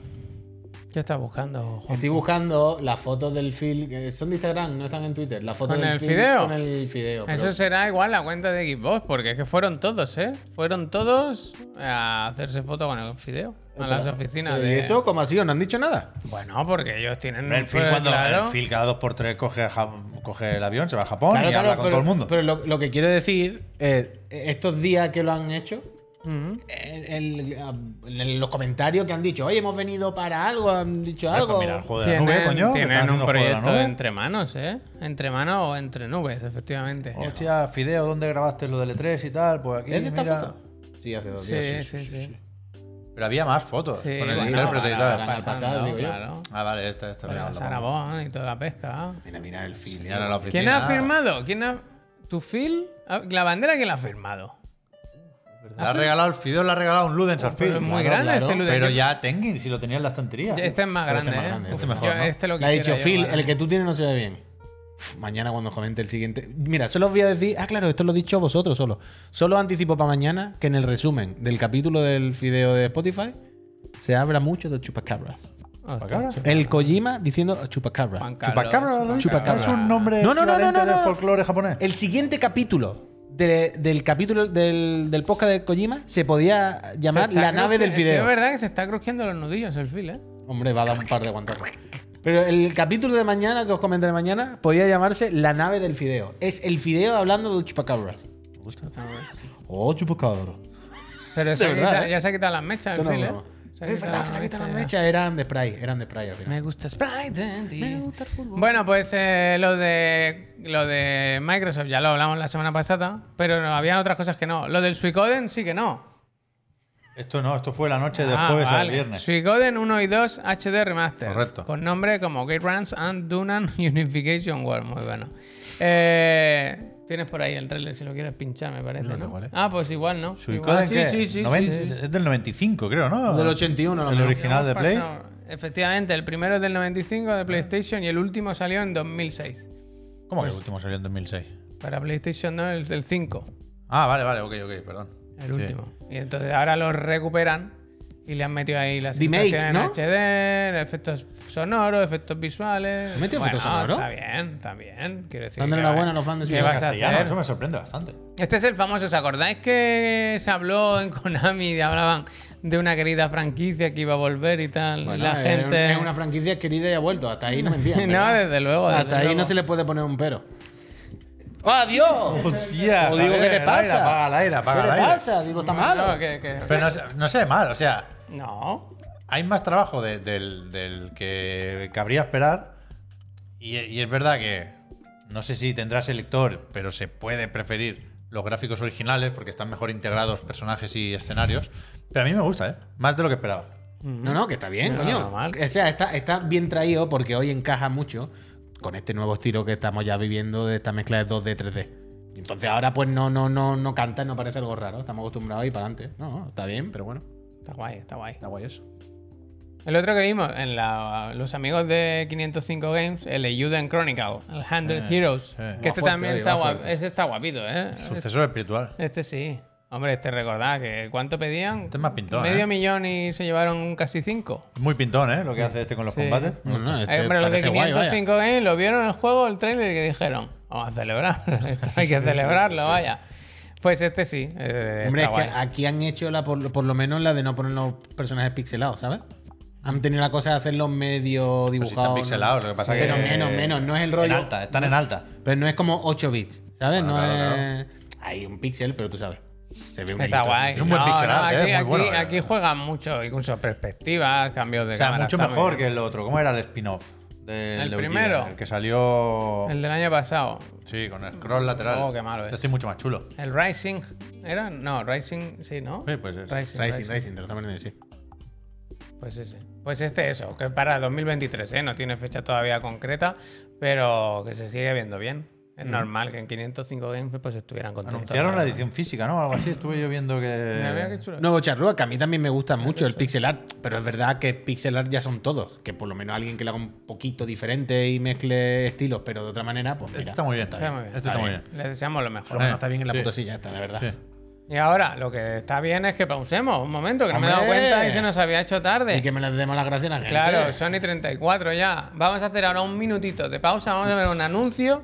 A: ¿Qué estás buscando, Juan?
B: Estoy buscando las fotos del Phil. que Son de Instagram, no están en Twitter. Las fotos
A: ¿Con
B: del
A: el
B: Phil
A: fideo?
B: Con el fideo. pero-
A: Eso será igual la cuenta de Xbox, porque es que fueron todos, ¿eh? Fueron todos a hacerse foto con el fideo. A las oficinas
B: Pero, ¿Y
A: de.
B: eso cómo ha sido? ¿No han dicho nada?
A: Bueno, porque ellos tienen.
C: El Phil,
A: fue
C: cuando,
A: Pues claro.
C: el Phil cada dos por tres coge, a Ja- coge el avión, se va a Japón
B: Claro,
C: y
B: claro,
C: habla con
B: pero,
C: todo el mundo.
B: pero lo, lo que quiero decir es, estos días que lo han hecho, en, en- en los comentarios que han dicho, oye, hemos venido para algo, han dicho
C: Pues
B: algo.
C: mira, el juego de la
A: Tienen,
C: nube, coño. que
A: tienen
C: están haciendo
A: un
C: el juego de la
A: proyecto
C: nube.
A: entre manos, ¿eh? Entre manos o entre nubes, efectivamente.
C: Hostia, Fideo, ¿dónde grabaste lo del E3 y tal? Pues aquí,
B: ¿Es de esta
C: mira.
B: foto? Sí, hace dos días.
A: Sí, sí, sí.
C: Pero había más fotos
A: Sí,
C: con el
A: bueno,
C: intérprete y tal.
B: ahora- al pasado,
A: Pasando,
B: digo yo.
A: claro.
C: Ah, vale, esta, esta.
A: Pero
C: mira, la pongo.
A: Sarabón y toda la pesca.
B: Mira, mira el Phil.
C: Mira, la oficina.
A: ¿Quién ha firmado? ¿Quién ha... ¿Tu Phil? Ah, ¿La bandera quién la ha firmado?
C: Le ha regalado, el Fideo le ha regalado un Ludens al
A: Pero es
C: Fideo.
A: muy
B: claro,
A: grande
B: claro.
A: este Ludens.
C: Pero ya Tenguin, si lo tenía en la estantería.
A: Este es más
B: Pero
A: grande,
B: este es más
A: ¿eh?
B: grande,
A: Uf,
B: este
C: mejor,
A: yo
C: ¿no?
A: Este lo
B: Le ha
A: quisiera
B: dicho
A: yo,
B: Phil,
A: madre.
B: el que tú tienes no se ve bien. Uf, Mañana cuando comente el siguiente. Mira, solo os voy a decir. Ah, claro, esto lo he dicho a vosotros solo. Solo anticipo para mañana que en el resumen del capítulo del video de Spotify se habla mucho de chupacabras.
A: Ostras,
B: El Kojima diciendo chupacabras.
A: Ah, Juan Carlos,
C: Chupacabra,
A: Juan
C: Luis.
A: Carlos.
C: Es un nombre
B: No, no, no,
C: equivalente
B: no, no,
C: de
B: no.
C: folclore japonés.
B: El siguiente capítulo de- del capítulo del, del podcast de Kojima se podía
A: Se
B: llamar
A: está
B: La nave del
A: crujiendo- sí, Es
B: fideo.
A: verdad que se está crujiendo los nudillos el Phil, ¿eh?
B: Hombre, va a dar un par de guantazos. Pero el capítulo de mañana, que os comentaré mañana, podía llamarse La nave del fideo. Es el fideo hablando de chupacabras. Oh, chupacabras.
A: Pero se ha
B: verdad,
A: quitado-
B: ¿eh?
A: ya se ha quitado las mechas el
B: Esto no
A: Phil,
B: es
A: ¿eh?
B: broma.
A: Se ha
B: Es
A: quitado
B: verdad, se la
A: las
B: quitan las
A: mechas.
B: mechas. Eran de spray, eran de spray al final.
A: Me gusta Sprite en ti.
B: Me gusta el fútbol.
A: Bueno, pues eh, lo, de, lo de Microsoft ya lo hablamos la semana pasada, pero no, habían otras cosas que no. Lo del Suicoden sí que no.
C: Esto no, esto fue la noche del
A: Ah,
C: jueves
A: vale.
C: al viernes.
A: Suicoden 1 y 2 HD Remaster.
C: Correcto.
A: Con nombre como Gate Runs and Dunan Unification War. Muy bueno. Eh, tienes por ahí el trailer si lo quieres pinchar, me parece.
C: No sé
A: ¿no?
C: cuál es.
A: Ah, pues igual, ¿no?
C: Suicoden,
B: Ah, sí,
C: ¿qué?
B: sí, sí,
C: Noven-
B: sí, sí.
C: Es del 95, creo, ¿no?
B: Del 81, lo
C: El
B: menos.
C: original de
A: Hemos
C: Play.
A: pasado- Efectivamente, el primero es del 95 de PlayStation y el último salió en 2006.
C: ¿Cómo que el último salió en 2006?
A: Para PlayStation 2 el, el 5,
C: Ah, vale, vale, ok, ok, perdón.
A: el
C: Sí.
A: último. Y entonces ahora lo recuperan y le han metido ahí las
B: Remake,
A: ilustraciones
B: ¿no?
A: en HD, efectos sonoros, efectos visuales.
B: ¿Han metido efectos sonoros?
A: Está bien, está bien. Quiero decir.
B: Dándole
A: que,
B: la
A: a ver,
B: buena a los fans de
A: ¿qué
B: Suicoden
A: vas a
C: Castellano,
A: hacer?
C: eso me sorprende bastante.
A: Este es el famoso, ¿os acordáis que se habló en Konami y hablaban de una querida franquicia que iba a volver y tal? y
B: Bueno,
A: la
B: es-
A: gente.
B: Es una franquicia querida y ha vuelto. Hasta ahí no mentía.
A: No, desde luego. desde
B: Hasta ahí
A: luego.
B: no se le puede poner un pero. ¡Adiós!
C: Hostia,
B: O digo,
C: Javier,
B: ¿qué le
C: el
B: pasa?
C: aire, Apaga el aire, apaga
B: ¿Qué
C: el
B: le
C: aire.
B: pasa? Digo, está malo.
A: No, que- que-
C: Pero no, se- no sé mal, o sea,
A: no.
C: hay más trabajo de- del, del que cabría esperar. Y, y es verdad que no sé si tendrá selector, pero se puede preferir los gráficos originales porque están mejor integrados personajes y escenarios. Pero a mí me gusta, ¿eh? Más de lo que esperaba.
B: No, no, que está bien,
A: No,
B: coño.
A: no, mal.
B: O sea, está, está bien traído porque hoy encaja mucho con este nuevo estilo que estamos ya viviendo de esta mezcla de 2D, 3D. Y Entonces ahora pues no, no, no, no canta, no parece algo raro. Estamos acostumbrados y para adelante. No, no, está bien, pero bueno.
A: Está guay, está guay.
B: Está guay eso.
A: El otro que vimos en la- los amigos de 505 Games, el Euden Chronicle, el 100 Heroes.
C: sí.
A: Que este
B: Eh, fuerte,
A: también
B: oye,
A: está,
B: va
A: guap-
B: fuerte.
A: este está guapito, ¿eh?
C: Sucesor espiritual.
A: Este sí. Hombre, este recordad que ¿cuánto pedían?
C: Este es más pintón,
A: Medio
C: ¿eh?
A: millón y se llevaron casi cinco.
C: Muy pintón, ¿eh? Lo que hace este con los
A: Sí.
C: combates.
B: No, no, este
A: Eh, hombre, los de
B: parece guay, vaya.
A: 505 Games lo vieron el juego, el trailer, y que dijeron, vamos a celebrar. Esto hay que celebrarlo, vaya. Pues este sí. eh,
B: Hombre, es
A: está
B: que
A: guay.
B: aquí han hecho la, por, por lo menos la de no poner los personajes pixelados, ¿sabes? Han tenido la cosa de hacerlos medio
C: Pues
B: dibujados.
C: si están
B: ¿no?
C: pixelados, lo que pasa
B: Sí,
C: que.
B: Pero menos, menos, no es el rollo.
C: En alta, están en alta.
B: Pero no es como 8 bits, ¿sabes?
C: Bueno,
B: no
C: claro,
B: es. Hay un pixel, pero tú sabes. Se ve un
A: Está
B: hilito.
A: guay.
C: Es Pues un buen pixel art,
A: aquí,
C: eh, muy bueno,
A: aquí-
C: eh.
A: aquí juegan mucho, incluso perspectivas, cambios de
C: O sea,
A: cámara,
C: mucho
A: está muy
C: mejor
A: bien.
C: que el otro. ¿Cómo era el spin-off? del
A: ¿El
C: Eugene?
A: primero?
C: El que salió.
A: el del año pasado.
C: Sí, con el scroll lateral.
A: Oh, qué malo es.
C: Este es mucho más chulo.
A: El Rising, ¿era? No, Rising, sí, ¿no?
C: Sí, pues es.
A: Rising,
B: Rising,
A: Rising.
B: Rising, te lo está poniendo así.
A: Pues ese. Pues este eso, que para 2023, ¿eh? No tiene fecha todavía concreta, pero que se sigue viendo bien. Es normal que en 505 Games pues estuvieran contentos.
C: Mm. Anunciaron
A: ¿no?
C: la edición física, ¿no? Algo así. Estuve yo viendo
A: Mira, mira qué
C: que.
A: chulo.
B: Nuevo charrúa, que a mí también me gusta mucho el pixel art, pero es verdad que pixel art ya son todos. Que por lo menos alguien que lo haga un poquito diferente y mezcle estilos, pero de otra manera, pues mira.
C: Este está muy bien.
A: Está muy bien.
C: Este está muy bien.
A: Les deseamos lo mejor.
B: Por lo menos está bien en la
C: Sí.
B: puta silla esta, de verdad.
C: Sí.
A: Y ahora, lo que está bien es que pausemos un momento, que no me he dado
B: ¡Hombre!
A: cuenta y se nos había hecho tarde.
B: Y que me las demos las gracias a la gente.
A: Claro, Sony 34 ya. Vamos a hacer ahora un minutito de pausa, vamos a ver un anuncio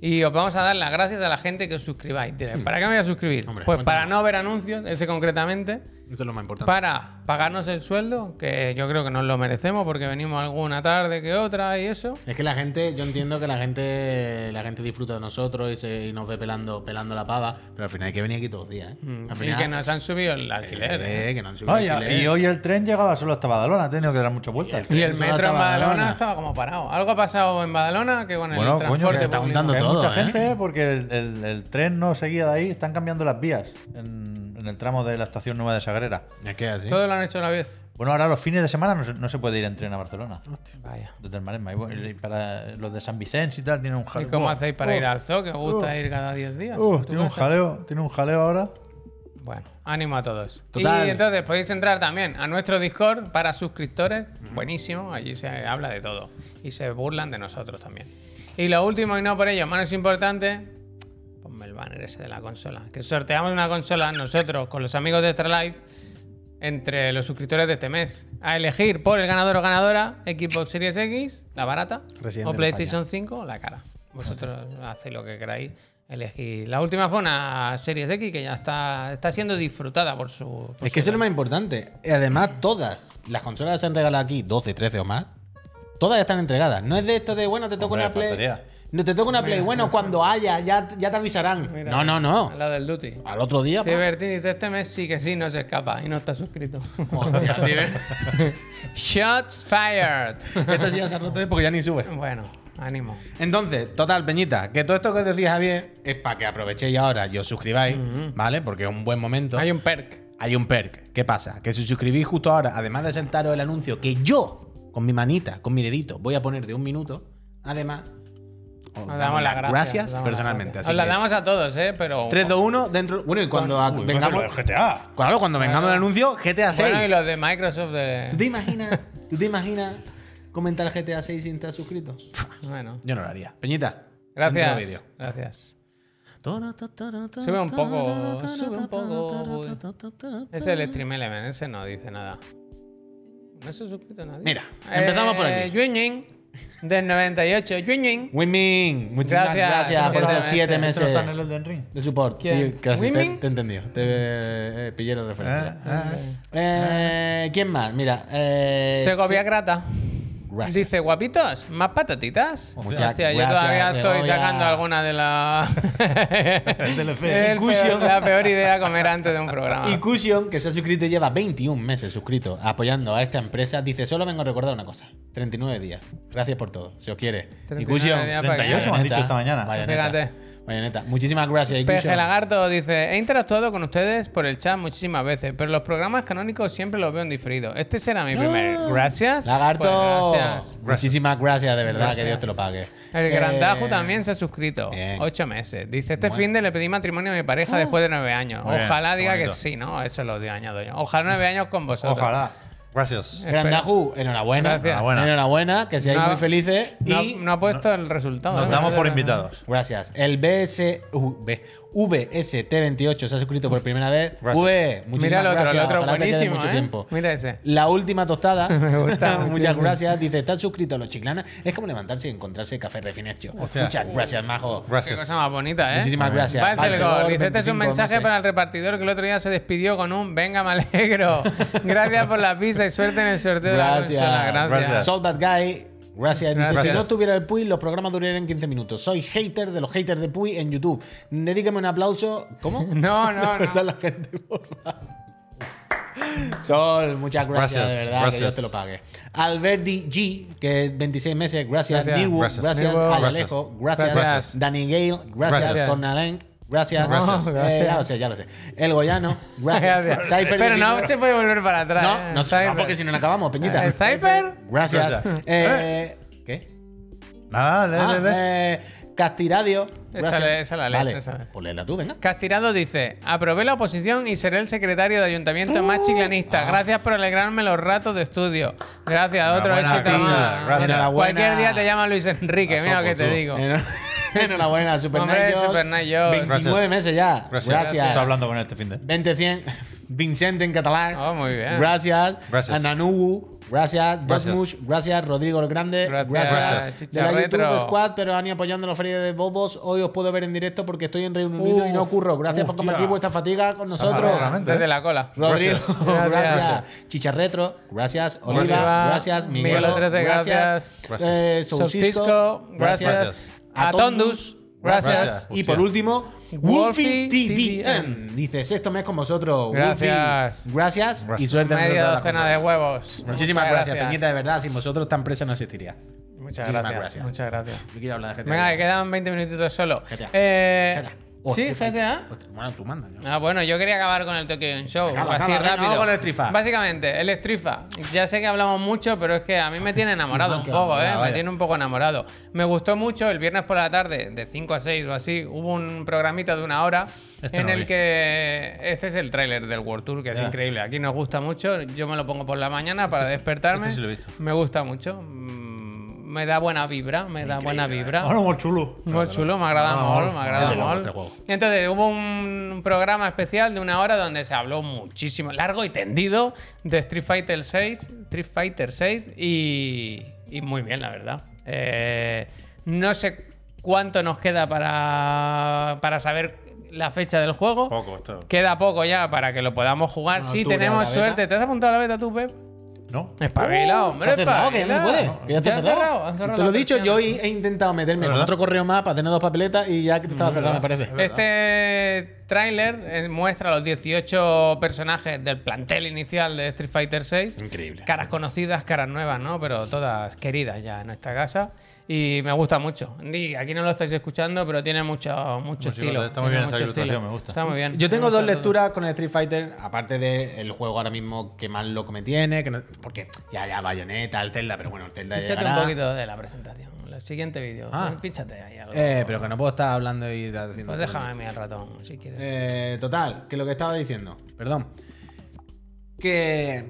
A: y os vamos a dar las gracias a la gente que os suscribáis. Diréis, ¿Para qué me voy a suscribir?
B: Hombre,
A: pues
B: cuéntame.
A: para no ver anuncios, ese concretamente,
B: Esto es lo más importante.
A: para pagarnos el sueldo, que yo creo que nos lo merecemos porque venimos alguna tarde que otra y eso.
B: Es que la gente, yo entiendo que la gente, la gente disfruta de nosotros y, se- y nos ve pelando, pelando la pava, pero al final hay que venir aquí todos los días, ¿eh? Al
A: Mm, Y
B: final,
A: que nos han subido el alquiler. ¿eh?
B: Eh, que no han subido
C: Vaya,
B: alquiler.
C: y hoy el tren llegaba solo hasta Badalona. Ha tenido que dar mucha vuelta.
A: Y
B: tren
A: el
B: solo
A: metro en
B: hasta
A: Badalona,
B: Badalona.
A: estaba como parado. Algo ha pasado en Badalona que con el
C: Bueno, coño,
A: transporte
C: que se está
A: público-
B: juntando
C: Hay
B: todo,
C: mucha
B: ¿eh?
C: gente porque el, el- el tren no seguía de ahí. Están cambiando las vías en, en el tramo de la estación nueva de Sagrera.
B: Es que así.
A: Todo lo han hecho a la vez.
C: Bueno, ahora los fines de semana no se, no se puede ir en tren a Barcelona.
A: Vaya.
C: Desde el Maresma. Y bueno, Y para los de San Vicente y tal, tiene un
A: ¿Y
C: jaleo.
A: cómo
C: Buah,
A: hacéis para
C: buah,
A: ir al zoo? Que os gusta
C: uh,
A: ir cada 10 días.
C: uh,
A: ¿Tú
C: tiene un
A: cuántas-
C: jaleo, tiene un jaleo ahora.
A: Bueno, ánimo a todos.
B: Total.
A: Y entonces podéis entrar también a nuestro Discord para suscriptores. Buenísimo, allí se habla de todo. Y se burlan de nosotros también. Y lo último, y no por ello, menos importante, ponme el banner ese de la consola. Que sorteamos una consola nosotros con los amigos de Extra Life entre los suscriptores de este mes. A elegir por el ganador o ganadora Xbox Series X, la barata,
B: Resident
A: o
B: de
A: PlayStation 5, la cara. Vosotros hacéis lo que queráis. Elegir. La última fue una Series X que ya está, está siendo disfrutada por su. por
B: Es
A: su-
B: que eso es lo más importante. Además, todas las consolas que se han regalado aquí, 12, 13 o más, todas ya están entregadas. No es de esto de, bueno, te toca
C: Hombre,
B: una Play.
C: faltaría.
B: No te toca una Play. Bueno, cuando haya, ya, ya te avisarán.
A: Mira,
B: no, no, no.
A: La del Duty.
B: Al otro día. pues, pa-
A: Divertín dice: Este mes sí que sí, no se escapa y no está suscrito.
B: Hostia, Tiber.
A: Shots fired.
B: Esto sí ya se ha roto porque ya ni sube.
A: bueno, ánimo.
B: Entonces, total, Peñita, que todo esto que os decía Javier es para que aprovechéis ahora y os suscribáis, ¿vale? Porque es un buen momento.
A: Hay un perk.
B: Hay un perk. ¿Qué pasa? Que si os suscribís justo ahora, además de sentaros el anuncio que yo, con mi manita, con mi dedito, voy a poner de un minuto, además, os
A: Nos damos las gracias. os damos las
B: personalmente.
A: gracias.
B: Así
A: Os las
B: que,
A: damos a todos, ¿eh? Pero.
B: 3, 2, 1, dentro. Bueno, y cuando a-
C: Uy,
B: vengamos.
C: lo del GTA.
B: Claro, cuando vengamos del anuncio, GTA 6.
A: Bueno, y los de Microsoft
B: ¿Tú
A: de.
B: te imaginas? ¿Tú te imaginas comentar GTA 6 sin estar suscrito?
A: Bueno.
B: Yo no lo haría. Peñita. dentro del vídeo.
A: Gracias. Gracias.
B: Sube
A: un poco, sube un poco, Ese Es el Stream Element, ese no dice nada. No se ha suscrito nadie.
B: Mira, empezamos por aquí.
A: Yuen Yuen, del 98. Yuen Yuen.
B: Winmin, muchísimas gracias,
A: Gracias,
B: por esos
A: gracias.
B: siete
C: Esto no
B: meses
C: está en el Elden Ring.
B: de support.
A: ¿Quién?
B: Sí, casi te,
A: ¿Winmin?
B: te he entendido. Te eh, pillé la referencia.
C: Ah, ah.
B: Eh, ¿Quién más? Mira, eh,
A: Segovia
B: se-
A: Grata.
B: Gracias.
A: Dice, guapitos, más patatitas.
B: Muchas
A: Hostia, yo
B: gracias,
A: todavía estoy
B: Segovia.
A: sacando alguna de las.
C: del FX.
A: peor, la peor idea comer antes de un programa.
B: Y Cushion, que se ha suscrito y lleva 21 meses suscrito apoyando a esta empresa, dice, solo vengo a recordar una cosa. 39 días. Gracias por todo. Se os quiere. Y
A: 39
B: Cushion,
A: días para que-
B: 38
C: 38 me han dicho esta mañana.
B: Bayoneta.
A: Fíjate.
B: Bayoneta. Muchísimas gracias,
A: Peje
B: Ikusion.
A: Lagarto dice, he interactuado con ustedes por el chat muchísimas veces, pero los programas canónicos siempre los veo en diferido. Este será mi primer. Gracias.
B: Ah. Lagarto.
A: Pues gracias.
B: Muchísimas gracias, de verdad, que
A: Gracias.
B: Dios te lo pague.
A: El
B: Eh,
A: Grandajo también se ha suscrito.
B: bien.
A: Ocho meses. Dice, este
B: Bueno.
A: fin de le pedí matrimonio a mi pareja después de nueve años.
C: Muy bien,
A: Ojalá
C: qué
A: diga que
C: bonito.
A: sí, ¿no? Eso lo añado yo. Ojalá nueve años con vosotros.
C: Ojalá. Gracias.
A: Espera.
B: Grandaju, enhorabuena.
A: Gracias.
B: Enhorabuena.
C: Enhorabuena.
B: Enhorabuena, que seáis
A: No-
B: muy felices.
A: No,
B: y
A: no ha puesto el resultado.
C: Nos
A: ¿eh?
C: damos por
A: Entonces,
C: invitados.
B: gracias. El BS, U- B- VST28 se ha suscrito por primera vez.
C: Gracias.
B: V,
A: Mira
B: muchísimas
A: el otro,
B: gracias.
A: el otro
B: Ojalá te quede
A: buenísimo,
B: mucho
A: ¿eh?
B: tiempo.
A: Mira ese.
B: La última tostada.
A: Me gusta
B: Muchas
A: muchísimo.
B: gracias. Dice, estar suscrito a los chiclana. Es como levantarse y encontrarse café refinecho.
C: Hostia.
B: Muchas gracias, majo.
A: Qué
C: Gracias.
A: cosa más bonita, ¿eh?
B: Muchísimas gracias.
A: Valcelgor,
B: Valcelgor,
A: dice, este es un
B: 25
A: mensaje
B: meses.
A: para el repartidor que el otro día se despidió con un venga, me alegro. Gracias por la pizza y suerte en el sorteo de la consola. Gracias.
C: Gracias.
B: Salt Bad Guy. Gracias. Dice,
A: Gracias.
B: si no tuviera el Puy, los programas durarían 15 minutos. Soy hater de los haters de Puy en YouTube. Dedíqueme un aplauso. ¿Cómo?
A: No,
B: De
A: no,
B: verdad,
A: no.
B: la gente borra. Sol, muchas gracias,
C: Gracias,
B: de verdad, que
C: gracias.
B: Dios te lo pague. Alberti G, que 26 meses, gracias.
A: Gracias.
B: Nilwu, gracias.
C: Gracias.
A: Nilwu.
B: Alejo, gracias.
A: Gracias.
B: Danny Gale, gracias.
C: Gracias.
B: Cornalenc, gracias.
A: Gracias.
B: Eh, ya lo sé, ya lo sé. El Goyano, gracias.
A: Gracias.
B: Cypher
A: Pero no
B: Digital-
A: se puede volver para atrás.
B: no,
A: ¿eh?
B: no,
A: Cypher.
B: no, porque si no, no acabamos, Peñita.
A: ¿El Cypher?
B: Gracias.
C: Gracias.
B: Eh, ¿Qué?
C: Nada, le,
B: Ah,
C: le, le.
B: eh, Castiradio.
A: Échale,
B: gracias.
A: esa la lees,
B: Vale,
A: esa.
B: pues léela tú, venga.
A: Castirado dice, aprobé la oposición y seré el secretario de ayuntamiento más chiclanista.
B: Ah.
A: Gracias por alegrarme los ratos de estudio. Gracias, otro
C: Enhorabuena,
A: éxito
C: Cristina.
A: más.
C: Gracias.
B: Enhorabuena.
A: Cualquier día te llama Luis Enrique, mira lo que te
C: tú.
A: digo.
B: Eno- Enhorabuena, Super
A: Hombre,
B: Night Josh.
A: Super Night Josh.
B: 29
C: Gracias.
B: meses ya.
C: Gracias.
B: Gracias.
C: Estoy hablando con él este fin de.
B: 20 100. Vicente en catalán.
A: Oh, muy bien.
B: Gracias.
C: Gracias.
B: Ananugu. Gracias.
C: Gracias.
B: Dosmush. Gracias. Rodrigo el Grande.
A: Gracias. Gracias.
B: De la YouTube
A: Chicharretro.
B: Squad, pero han ido apoyando la feria de Bobos. Hoy os puedo ver en directo porque estoy en Reino Unido y no
C: Uf,
B: curro. Gracias por
C: hostia.
B: compartir vuestra fatiga con nosotros.
C: Samadera, ¿no?
A: Desde la cola.
B: Rodrigo,
C: Gracias.
B: gracias.
A: Gracias.
B: Chicharretro, gracias. Oliva,
A: Oliva,
B: gracias. Miguel,
A: Miguel Otrece,
B: gracias.
C: gracias.
B: Eh, Soucisco,
A: Sofisco,
B: gracias.
A: gracias. Atondus,
C: Gracias.
A: gracias.
B: Y por
C: Hostia.
B: último, Wolfie
A: Wolfie
B: TDM. Dice, sexto mes con vosotros. Wolfie.
A: Gracias.
B: Gracias. Y
C: Gracias.
B: suerte en
A: Media
B: todas las
A: docena de
B: compras.
A: huevos.
B: Muchísimas
A: Muchas
B: gracias, Peñita, de verdad. Sin vosotros esta empresa no existiría.
A: Muchas
B: Muchísimas
A: gracias.
B: gracias.
A: Muchas gracias.
B: Yo quiero hablar de gente.
A: Venga, que quedan 20 minutitos solo.
B: GTA.
A: Eh,
B: GTA.
A: Sí,
B: Hostia,
A: GTA.
B: hostia, bueno, tú mandas. yo sé.
A: Ah, bueno, yo quería acabar con el Tokyo Game Show.
B: Acaba,
A: así
B: acaba, venga,
A: rápido.
B: vamos con el Trifa.
A: Básicamente, el Strifa. Ya sé que hablamos mucho, pero es que a mí me tiene enamorado un poco, ¿eh?
C: vaya,
A: Me
C: vaya.
A: tiene un poco enamorado. Me gustó mucho el viernes por la tarde, de 5 a 6 o así, hubo un programita de una hora
C: Este
A: en
C: no lo
A: el
C: vi.
A: que. Este es el tráiler del World Tour, que es
C: Ya.
A: increíble. Aquí nos gusta mucho. Yo me lo pongo por la mañana para despertarme.
C: este sí lo he visto.
A: Me gusta mucho. Mm, Me da buena vibra, me da buena vibra.
C: Ahora, muy chulo.
A: Muy chulo, me agrada
C: No,
A: molt, me agrada
B: desde luego,
A: molt.
B: este juego.
A: Entonces, hubo un programa especial de una hora donde se habló muchísimo, largo y tendido, de Street Fighter 6, Street Fighter 6 y, y muy bien, la verdad. Eh, no sé cuánto nos queda para, para saber la fecha del juego.
C: Poco, esto.
A: Queda poco ya para que lo podamos jugar.
B: Bueno,
A: si
B: octubre,
A: tenemos
B: la beta.
A: suerte. ¿Te has apuntado a la beta tú, Pep?
C: ¿No?
A: Espabila, hombre,
B: Está cerrado, que ya no se
A: espabila.
B: puede, que ya está
A: han
B: cerrado.
A: han cerrado
B: Te lo he
A: las
B: dicho, yo
A: persianas.
B: he he intentado meterme en
C: ¿Verdad?
B: otro correo más para tener dos papeletas y ya que te estaba cerrado, me parece.
A: Este tráiler eh, muestra los 18 personajes del plantel inicial de Street Fighter 6.
B: Increíble.
A: Caras conocidas, caras nuevas, ¿no? Pero todas queridas ya en esta casa. Y me gusta mucho. Y aquí no lo estáis escuchando, pero tiene mucho, mucho
C: Música,
A: estilo.
C: está muy
A: Tiene
C: bien esta
A: mucho
C: ilustración,
A: estilo.
C: me gusta.
A: Está muy bien.
B: Yo
A: Me
B: tengo
A: gusta
B: dos
A: todo.
B: lecturas con el Street Fighter, aparte del juego ahora mismo que más loco me tiene, que no- porque ya, ya, Bayonetta, el Zelda, pero bueno, el Zelda
A: Pínchate
B: llegará.
A: un poquito de la presentación. El siguiente vídeo.
B: Ah.
A: Pínchate ahí algo.
B: Eh, pero que no puedo estar hablando y haciendo...
A: pues déjame a mí el ratón, si quieres.
B: Eh, total, que lo que estaba diciendo, perdón. Que eh,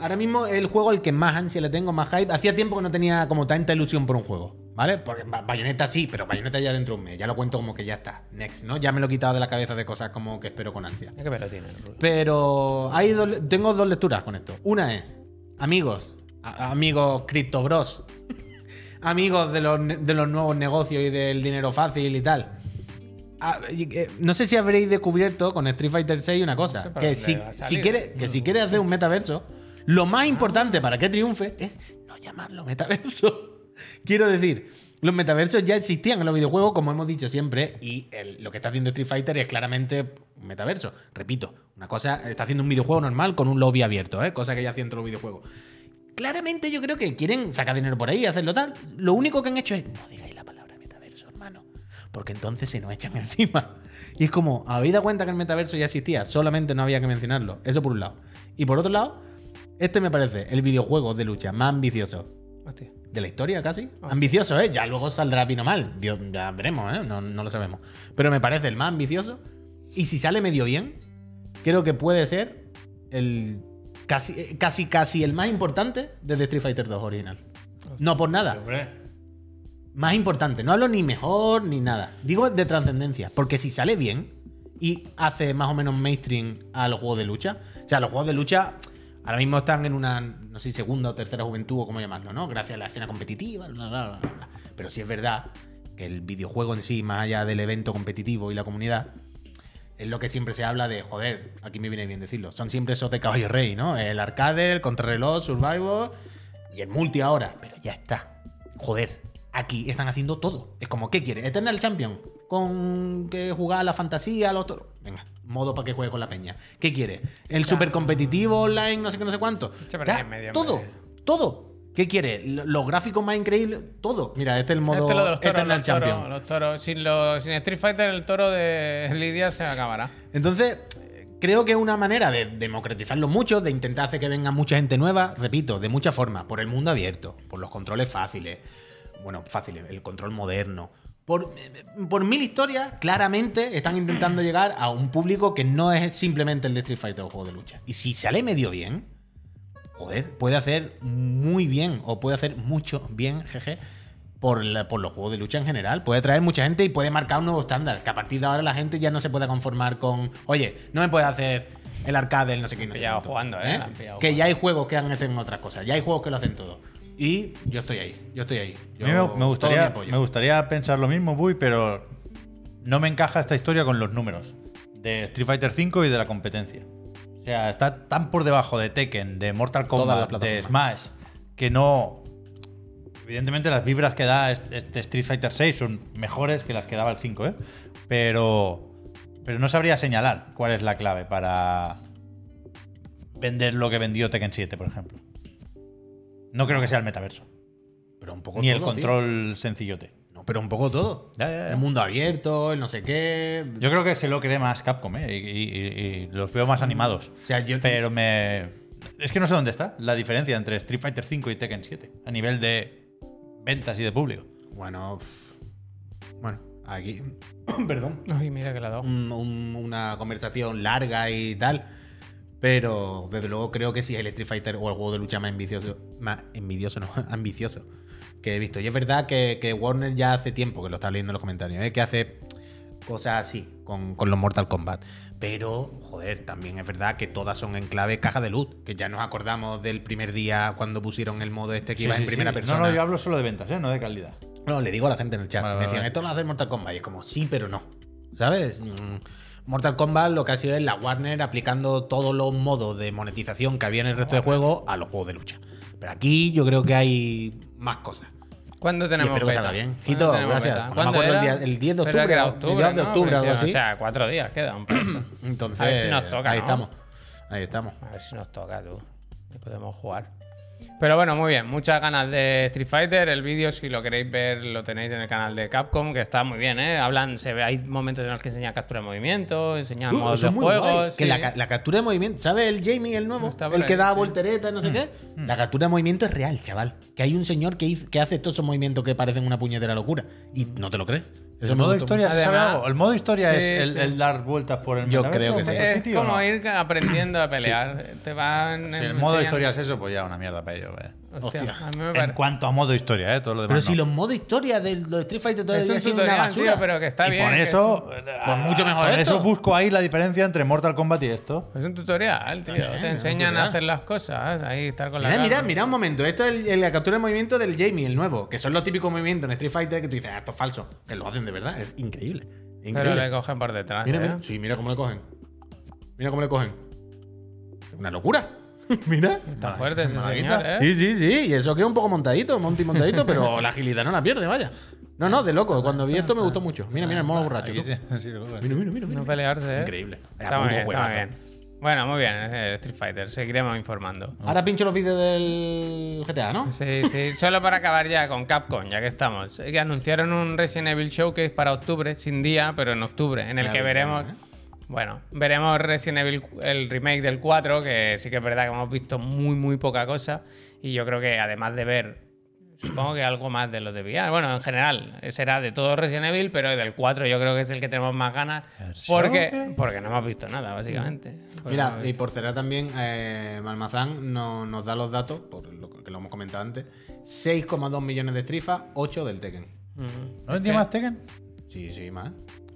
B: ahora mismo el juego al que más ansia le tengo, más hype, hacía tiempo que no tenía como tanta ilusión por un juego, ¿vale? Porque Ba- Bayonetta sí, pero Bayonetta ya dentro de un mes, ya lo cuento como que ya está, next, ¿no? Ya me lo he quitado de la cabeza de cosas como que espero con ansia.
A: Es que me lo tiene. Rubio.
B: Pero hay dos- tengo dos lecturas con esto. Una es, amigos, a- amigos Crypto Bros, amigos de los, ne- de los nuevos negocios y del dinero fácil y tal. Ah, y, eh, No sé si habréis descubierto con Street Fighter 6 una cosa,
A: sé para
B: que
A: dónde
B: si,
A: va a
B: si
A: salir. Ah.
B: quieres que si quieres hacer un metaverso, lo más importante para que triunfe es no llamarlo metaverso. Quiero decir, los metaversos ya existían en los videojuegos, como hemos dicho siempre, y el- lo que está haciendo Street Fighter es claramente un metaverso. Repito, una cosa, está haciendo un videojuego normal con un lobby abierto, ¿eh? cosa que ya hacían todos los videojuegos. Claramente yo creo que quieren sacar dinero por ahí, hacerlo tal. Lo único que han hecho es no digáis la palabra metaverso, hermano. Porque entonces se nos echan encima. Y es como, habéis dado cuenta que el metaverso ya existía, solamente no había que mencionarlo. Eso por un lado. Y por otro lado, este me parece el videojuego de lucha más ambicioso
A: Hostia.
B: de la historia casi. Ambicioso, ¿eh? Ya luego saldrá Pino mal. Dios, ya veremos, ¿eh? No, no lo sabemos. Pero me parece el más ambicioso. Y si sale medio bien, creo que puede ser el casi, eh, casi, casi el más importante desde Street Fighter 2 original. No por nada.
C: Sí, hombre.
B: Más importante. No hablo ni mejor ni nada. Digo de trascendencia. Porque si sale bien y hace más o menos mainstream a los juegos de lucha. O sea, los juegos de lucha ahora mismo están en una, no sé, segunda o tercera juventud o como llamarlo, ¿no? Gracias a la escena competitiva. bla, bla, bla, bla. Pero sí es verdad que el videojuego en sí, más allá del evento competitivo y la comunidad, es lo que siempre se habla de, joder, aquí me viene bien decirlo. Son siempre esos de caballo rey, ¿no? El arcade, el contrarreloj, Survivor y el multi ahora. Pero ya está. Joder, aquí están haciendo todo. Es como, ¿qué quieres? Eternal Champion. Con que jugar a la fantasía, a los toros. Venga, modo para que juegue con la peña. ¿Qué quieres? El super competitivo online, no sé qué, no sé cuánto.
A: pero
B: Ya,
A: sí, en medio, en
B: todo,
A: medio.
B: todo. ¿Qué quieres? Lo- Los gráficos más increíbles, todo. Mira, este es el modo
A: Este es lo de los toros,
B: Eternal
A: los toros,
B: Champion.
A: los toros. Sin, los- sin Street Fighter, el toro de Lidia se acabará.
B: Entonces, creo que es una manera de democratizarlo mucho, de intentar hacer que venga mucha gente nueva, repito, de muchas formas, por el mundo abierto, por los controles fáciles, bueno, fáciles, el control moderno. Por, por mil historias, claramente están intentando llegar a un público que no es simplemente el de Street Fighter o juego de lucha. Y si sale medio bien, joder, puede hacer muy bien o puede hacer mucho bien, jeje, por, la- por los juegos de lucha en general. Puede traer mucha gente y puede marcar un nuevo estándar. Que a partir de ahora la gente ya no se pueda conformar con, oye, no me puede hacer el arcade, el no sé qué. no sé
A: pillado
B: cuánto",
A: jugando, ¿eh? La han pillado
B: que
A: jugando.
B: ya hay juegos que han hecho otras cosas, ya hay juegos que lo hacen todo. Y yo estoy ahí, yo estoy ahí.
C: A
B: Yo-
C: mí me, me
B: todo mi
C: gustaría,
B: apoyo.
C: me gustaría pensar lo mismo, Buy, pero no me encaja esta historia con los números de Street Fighter V y de la competencia. O sea, está tan por debajo de Tekken, de Mortal
B: Todas las
C: Kombat, de
B: plataformas.
C: Smash, que no. Evidentemente, las vibras que da est- este Street Fighter 6 son mejores que las que daba el 5, ¿eh? Pero. Pero no sabría señalar cuál es la clave para vender lo que vendió Tekken 7, por ejemplo. No creo que sea el metaverso.
B: Pero un poco
C: Ni el
B: todo, tío.
C: control sencillote.
B: No, pero un poco todo.
C: Ya, ya, ya.
B: El mundo abierto, el no sé qué.
C: Yo creo que se lo cree más Capcom, ¿eh? Y, y- y- y los veo más animados.
B: O sea, yo-
C: Pero me. Es que no sé dónde está la diferencia entre Street Fighter V y Tekken 7 a nivel de ventas y de público.
B: Bueno, pff. bueno, aquí. Perdón.
A: Ay, mira que la he dado.
B: un- un- una conversación larga y tal. Pero desde luego creo que sí es el Street Fighter o el juego de lucha más ambicioso. Más envidioso, no, ambicioso. Que he visto. Y es verdad que, que Warner ya hace tiempo que lo está leyendo en los comentarios, ¿eh? que hace cosas así con, con los Mortal Kombat. Pero, joder, también es verdad que todas son en clave caja de luz. Que ya nos acordamos del primer día cuando pusieron el modo este que iba
C: Sí,
B: en
C: sí,
B: primera
C: sí.
B: persona.
C: No, no, yo hablo solo de ventas, ¿eh? No de calidad.
B: Bueno, le digo a la gente en el chat.
C: Vale,
B: me
C: vale,
B: decían,
C: vale.
B: esto lo hace Mortal Kombat. Y es como, sí, pero no. ¿Sabes? Mm, Mortal Kombat lo que ha sido es la Warner aplicando todos los modos de monetización que había en el resto de juegos a los juegos de lucha. Pero aquí yo creo que hay más cosas.
A: ¿Cuándo
B: Y
A: tenemos
B: espero que salga
A: beta?
B: bien.
A: ¿Cuándo
B: Jito,
A: tenemos
B: gracias.
A: beta?
B: No me
A: ¿Cuándo
B: acuerdo el
A: era?
B: día- el 10 de
A: Pero era
B: octubre, mediados de
A: ¿no?
B: octubre, algo
A: Parecía-
B: así.
A: O sea, cuatro días quedan. para eso.
B: Entonces,
A: A ver si nos toca,
B: ahí
A: ¿no?
B: estamos. Ahí estamos.
A: A ver si nos toca, tú. Y podemos jugar. Pero bueno, muy bien. Muchas ganas de Street Fighter. El vídeo, si lo queréis ver, lo tenéis en el canal de Capcom, que está muy bien, ¿eh? Hablan, se ve, hay momentos en los que enseñan captura de movimiento, enseñan
B: Uh,
A: modos
B: eso
A: de
B: es muy guay.
A: juegos.
B: Que la, ca- la captura de movimiento, ¿sabe el Jamie, el nuevo?
A: Está por
B: el que
A: ahí,
B: da
A: sí.
B: volteretas, no sé qué. La captura de movimiento es real, chaval. Que hay un señor que, hiz- que hace todos esos movimientos que parecen una puñetera locura. Y no te lo crees. Eso
C: ¿El
B: me
C: modo
B: gustó
C: historia se sabe
A: Además-
C: algo? ¿El modo historia
A: Sí,
C: es el,
A: sí.
C: el dar vueltas por el
B: Yo
C: metaverso,
B: creo que sí.
C: Metro
A: es
C: City, o
A: como
C: no?
A: ir aprendiendo a pelear. Te van.
C: Si el modo
A: enseñando-
C: historia es eso, pues ya una mierda para ellos. vaya.
A: Hostia,
B: Hostia.
A: a mí me
C: En
A: parece.
C: cuanto a modo historia, ¿eh? Todo lo demás.
B: Pero si
C: no.
B: los modos historia de los Street Fighter
A: Es
B: todavía
A: un
B: es una
A: tutorial,
B: basura.
A: tío, pero que está
C: y
A: bien.
C: por
A: que
C: eso.
B: Pues mucho mejor
C: Por
B: esto.
C: eso busco ahí la diferencia entre Mortal Kombat y esto.
A: Es un tutorial, tío.
B: También, es
A: te
B: un
A: enseñan a
B: tutorial.
A: hacer las cosas. Ahí estar con la.
B: Mira, mira,
A: cara.
B: mira un momento. Esto es el- el- la captura de movimiento del Jamie, el nuevo. Que son los típicos movimientos en Street Fighter que tú dices, ah, esto es falso. Que lo hacen de verdad. Es increíble.
A: Pero
B: Increíble.
A: le cogen por detrás.
B: Mira,
A: ¿eh?
B: mira. Sí, mira cómo le cogen. Mira cómo le cogen. Es una locura. mira.
A: Está fuerte ese
B: Maravita.
A: señor, ¿eh?
B: Sí, sí, sí. Y eso que es un poco montadito, monti montadito, pero la agilidad no la pierde, vaya. No, no, de loco. Cuando vi esto me gustó mucho. Mira, mira el mono borracho.
C: Aquí
B: tú.
C: sí, sí, lo veo.
B: Mira, mira, mira. mira.
A: No pelearse, ¿eh?
B: Increíble.
A: Está muy
B: Puto
A: bien, está muy
B: juegazo.
A: bien. Bueno, muy bien, eh, Street Fighter. Seguiremos informando.
B: Ahora pincho los vídeos del GTA, ¿no?
A: Sí, sí. Solo para acabar ya con Capcom, ya que estamos. Eh, Que anunciaron un Resident Evil Showcase para octubre, sin día, pero en octubre, en el
B: Ya
A: que
B: vi,
A: veremos.
B: ¿eh?
A: Bueno, veremos Resident Evil, el remake del 4, que sí que es verdad que hemos visto muy, muy poca cosa. Y yo creo que además de ver, supongo que algo más de los de VR. Bueno, en general, eh, será de todo Resident Evil, pero del 4 yo creo que es el que tenemos más ganas. Porque, porque no hemos visto nada, básicamente. Porque no
B: Mira,
A: hemos
B: y
A: visto-
B: por cerrar también, eh, Malmazán no- nos da los datos, por lo que lo hemos comentado antes: 6,2 millones de estrifas, 8 del Tekken.
A: Ujú.
C: ¿No vendía más Tekken?
B: Sí, sí, más.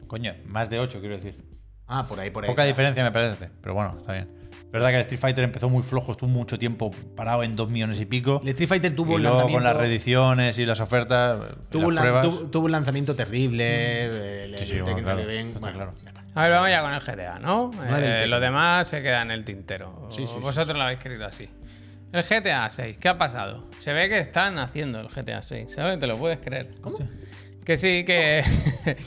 C: Coño, más de 8, quiero decir.
B: Ah, por ahí, por ahí.
C: Poca diferencia me parece, pero bueno, está bien. Es verdad que el Street Fighter empezó muy flojo, estuvo mucho tiempo parado en 2 millones y pico.
B: El Street Fighter
C: Y
B: tuvo un
C: luego
B: lanzamiento.
C: con las reediciones y las ofertas, y
B: Tuvo, un
C: las
B: lan-
C: pruebas. Mm.
B: tuvo- tuvo un lanzamiento terrible. eh, el-
C: Sí, sí,
B: el
C: bueno,
B: Tekken salió
C: claro,
B: bien,
C: está
B: bueno,
C: claro.
B: ya está.
A: A ver, vamos ya con el GTA, ¿no?
B: del
A: Eh,
B: Tekken.
A: lo demás se queda en el tintero.
B: Sí, sí, sí,
A: Vosotros lo habéis querido así. El GTA 6, ¿qué ha pasado? Se ve que están haciendo el GTA 6, ¿sabes? Te lo puedes creer.
B: ¿Cómo?
A: Que sí, que.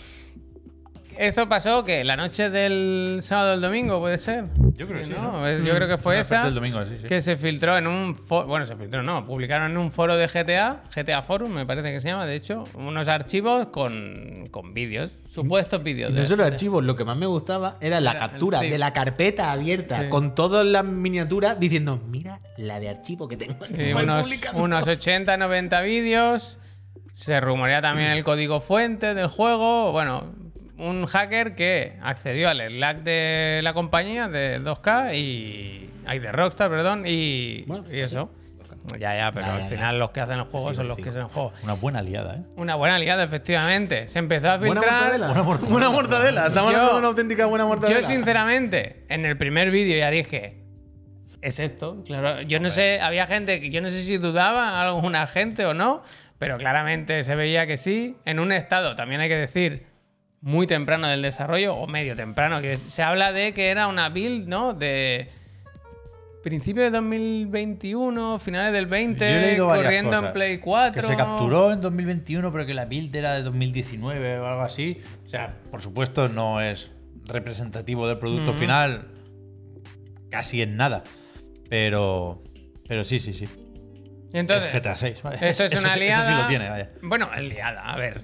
A: Eso pasó que la noche del sábado al domingo, puede ser.
C: Yo creo que sí,
A: ¿no?
C: ¿no?
A: Es- Yo creo que fue
C: Una
A: esa.
C: oferta el domingo, sí, sí.
A: Que se filtró en un foro. Bueno, se filtró, no. Publicaron en un foro de GTA, GTA Forum, me parece que se llama, de hecho, unos archivos con, con vídeos, supuestos vídeos.
B: No
A: de
B: solo archivos, lo que más me gustaba era la
A: Era el
B: captura
A: zip.
B: de la carpeta abierta
A: Sí.
B: con todas las miniaturas diciendo, mira la de archivo que tengo.
A: Sí, unos, unos 80, 90 vídeos. Se rumorea también el código fuente del juego. Bueno, un hacker que accedió al Slack de la compañía de 2K y. Ay, de Rockstar, perdón. Y,
B: Bueno,
A: y eso. Ya, ya, pero
B: Ya,
A: al
B: ya,
A: final los que hacen el juego
B: Sí,
A: son los
B: sí.
A: que hacen el juego.
C: Una buena aliada, ¿eh?
A: Una buena aliada, efectivamente. Se empezó a
B: Buena
A: filtrar.
B: mortadela.
C: Buena mortadela. Buena mortadela.
B: Estamos
A: Yo-
B: hablando de una auténtica buena mortadela.
A: Yo, sinceramente, en el primer vídeo ya dije. Es esto, claro. Yo no sé, había gente que yo no sé si dudaba alguna gente o no, pero claramente se veía que sí. En un estado, también hay que decir, muy temprano del desarrollo o medio temprano. Que se habla de que era una build, ¿no? De principio de 2021, finales del 20,
C: Yo he leído varias
A: corriendo en
C: cosas.
A: Play 4.
C: Que se capturó en 2021, pero que la build era de 2019 o algo así. O sea, por supuesto, no es representativo del producto final. Casi en nada. Pero. Pero sí, sí, sí.
A: Y entonces,
C: El GTA 6.
A: Eso es una aliada.
C: Eso sí lo tiene, vaya.
A: Bueno, aliada, a ver.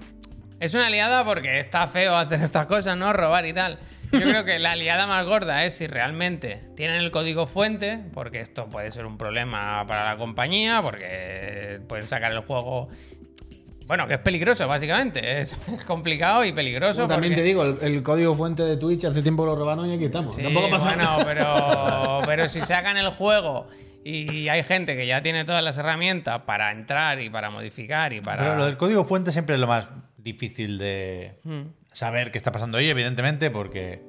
A: Es una liada porque está feo hacer estas cosas, ¿no? Robar y tal. Yo creo que la liada más gorda es si realmente tienen el código fuente, porque esto puede ser un problema para la compañía, porque pueden sacar el juego. Bueno, que es peligroso, básicamente. Es, es complicado y peligroso.
B: también
A: porque-
B: te digo, el, el código fuente de Twitch hace tiempo que lo robaron y aquí estamos.
A: Sí,
B: Tampoco pasa
A: bueno,
B: nada.
A: pero, pero si sacan el juego y hay gente que ya tiene todas las herramientas para entrar y para modificar y para.
C: Pero lo del código fuente siempre es lo más difícil de saber qué está pasando ahí, evidentemente, porque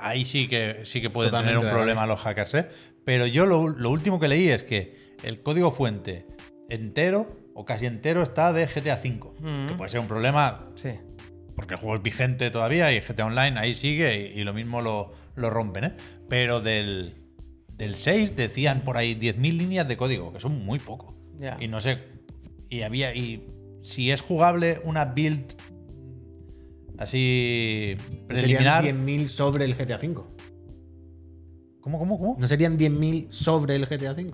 C: ahí sí que sí que pueden
B: Totalmente
C: tener
B: de
C: un problema los hackers, ¿eh? Pero yo lo, lo último que leí es que el código fuente entero o casi entero está de GTA V,
A: Mm.
C: que puede ser un problema
A: Sí.
C: porque el juego es vigente todavía y GTA Online ahí sigue y, y lo mismo lo, lo rompen, ¿eh? Pero del, del 6 decían por ahí 10.000 líneas de código, que son muy poco.
A: Ya.
C: Y no sé, y había, y si es jugable una build así
B: Serían
C: preliminar...
B: 10.000 sobre el GTA V.
C: ¿Cómo, cómo, cómo?
B: ¿No serían 10.000 sobre el GTA V?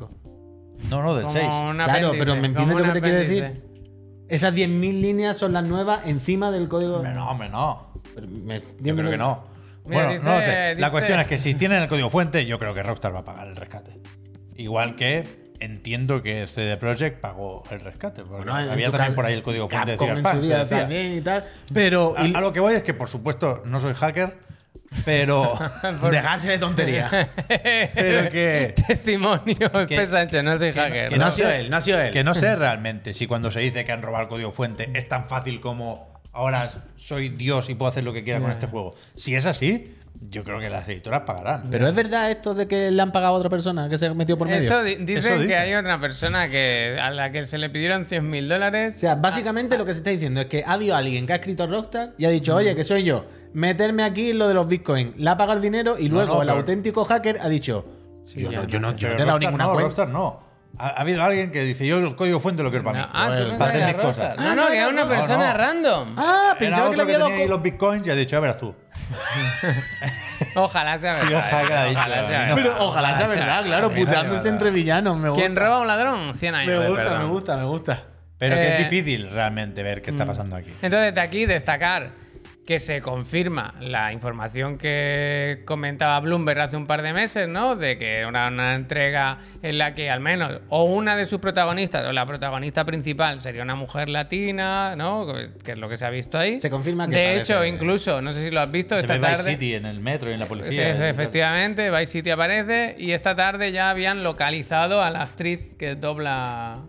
C: No, no, del 6.
A: Como un
B: Claro,
A: apéndice,
B: pero ¿me
A: como
B: entiendes
A: un
B: lo que te quiero
A: apéndice.
B: decir? Esas 10.000 líneas son las nuevas encima del código.
C: Hombre, no, hombre, no.
B: Pero me-
C: Yo creo que no.
A: Mira,
C: bueno, no lo
A: dice-
C: sé.
A: dice-
C: La cuestión es que si tienen el código fuente, yo creo que Rockstar va a pagar el rescate. Igual que entiendo que CD Projekt pagó el rescate. Porque
B: Bueno, en
C: había
B: su
C: también
B: caso,
C: por ahí el código fuente
B: Capcom
C: de
B: en
C: Cyberpunk,
B: su
C: se
B: día
C: decía.
B: también y tal. Pero.
C: A, a lo que voy es que, por supuesto, no soy hacker, pero.
B: Dejarse de tontería.
C: pero que.
A: Testimonio,
C: Que-
A: P. Sánchez, no soy hacker.
B: que no ha sido él, no ha sido él.
C: Que no sé realmente si cuando se dice que han robado el código fuente es tan fácil como ahora soy Dios y puedo hacer lo que quiera con este juego. Si es así, yo creo que las editoras pagarán.
B: Pero es verdad esto de que le han pagado a otra persona que se metió por medio.
A: Eso di- dicen
C: Eso
A: que
C: dicen.
A: hay otra persona que a la que se le pidieron 100 mil
B: O
A: dólares.
B: sea, básicamente lo que se está diciendo es que ha habido alguien que ha escrito Rockstar y ha dicho, oye, que soy yo, meterme aquí en lo de los bitcoins, le ha pagado el dinero y luego
C: no,
B: el
C: pero-
B: auténtico hacker ha dicho, yo,
A: ya,
B: no, yo no- yo
C: Pero
B: no te he dado
C: Rockstar
B: ninguna
C: no,
B: cuenta.
C: Rockstar no. Ha, ha habido alguien que dice, yo el código fuente lo quiero para
A: No,
C: mí.
A: ah, tú
C: Para
A: no
C: hacer
A: eres
C: mis
A: Rockstar.
C: cosas.
A: No, no, que es una
C: no,
A: persona
C: no.
A: random.
B: Ah,
C: Era
B: pensaba que le
C: otro
B: había dado...
C: tenía ahí los bitcoins y ha dicho, ya verás tú.
A: Ojalá sea verdad. ¿eh?
C: ojalá que la dicho,
A: ojalá sea
C: no.
A: verdad.
B: Pero ojalá
C: ah,
B: sea verdad, claro,
C: Mira,
B: puteándose
C: mira.
B: entre villanos, me gusta.
A: Quien roba a un ladrón, 100 años.
B: Me
A: de
B: gusta,
A: perdón.
B: me gusta, me gusta.
C: Pero que
A: Eh, mm.
C: es difícil realmente ver qué está pasando aquí.
A: Entonces, de aquí destacar que se confirma la información que comentaba Bloomberg hace un par de meses, ¿no? De que era una entrega en la que al menos o una de sus protagonistas o la protagonista principal sería una mujer latina, ¿no? Que es lo que se ha visto ahí.
B: Se confirma que
A: De
B: parece-
A: hecho, incluso, no sé si lo has visto
C: Se
A: esta
C: ve
A: tarde.
C: Vice City en el metro y en la
A: Sí,
C: policía.
A: sí, efectivamente, Vice City aparece y esta tarde ya habían localizado a la actriz que dobla,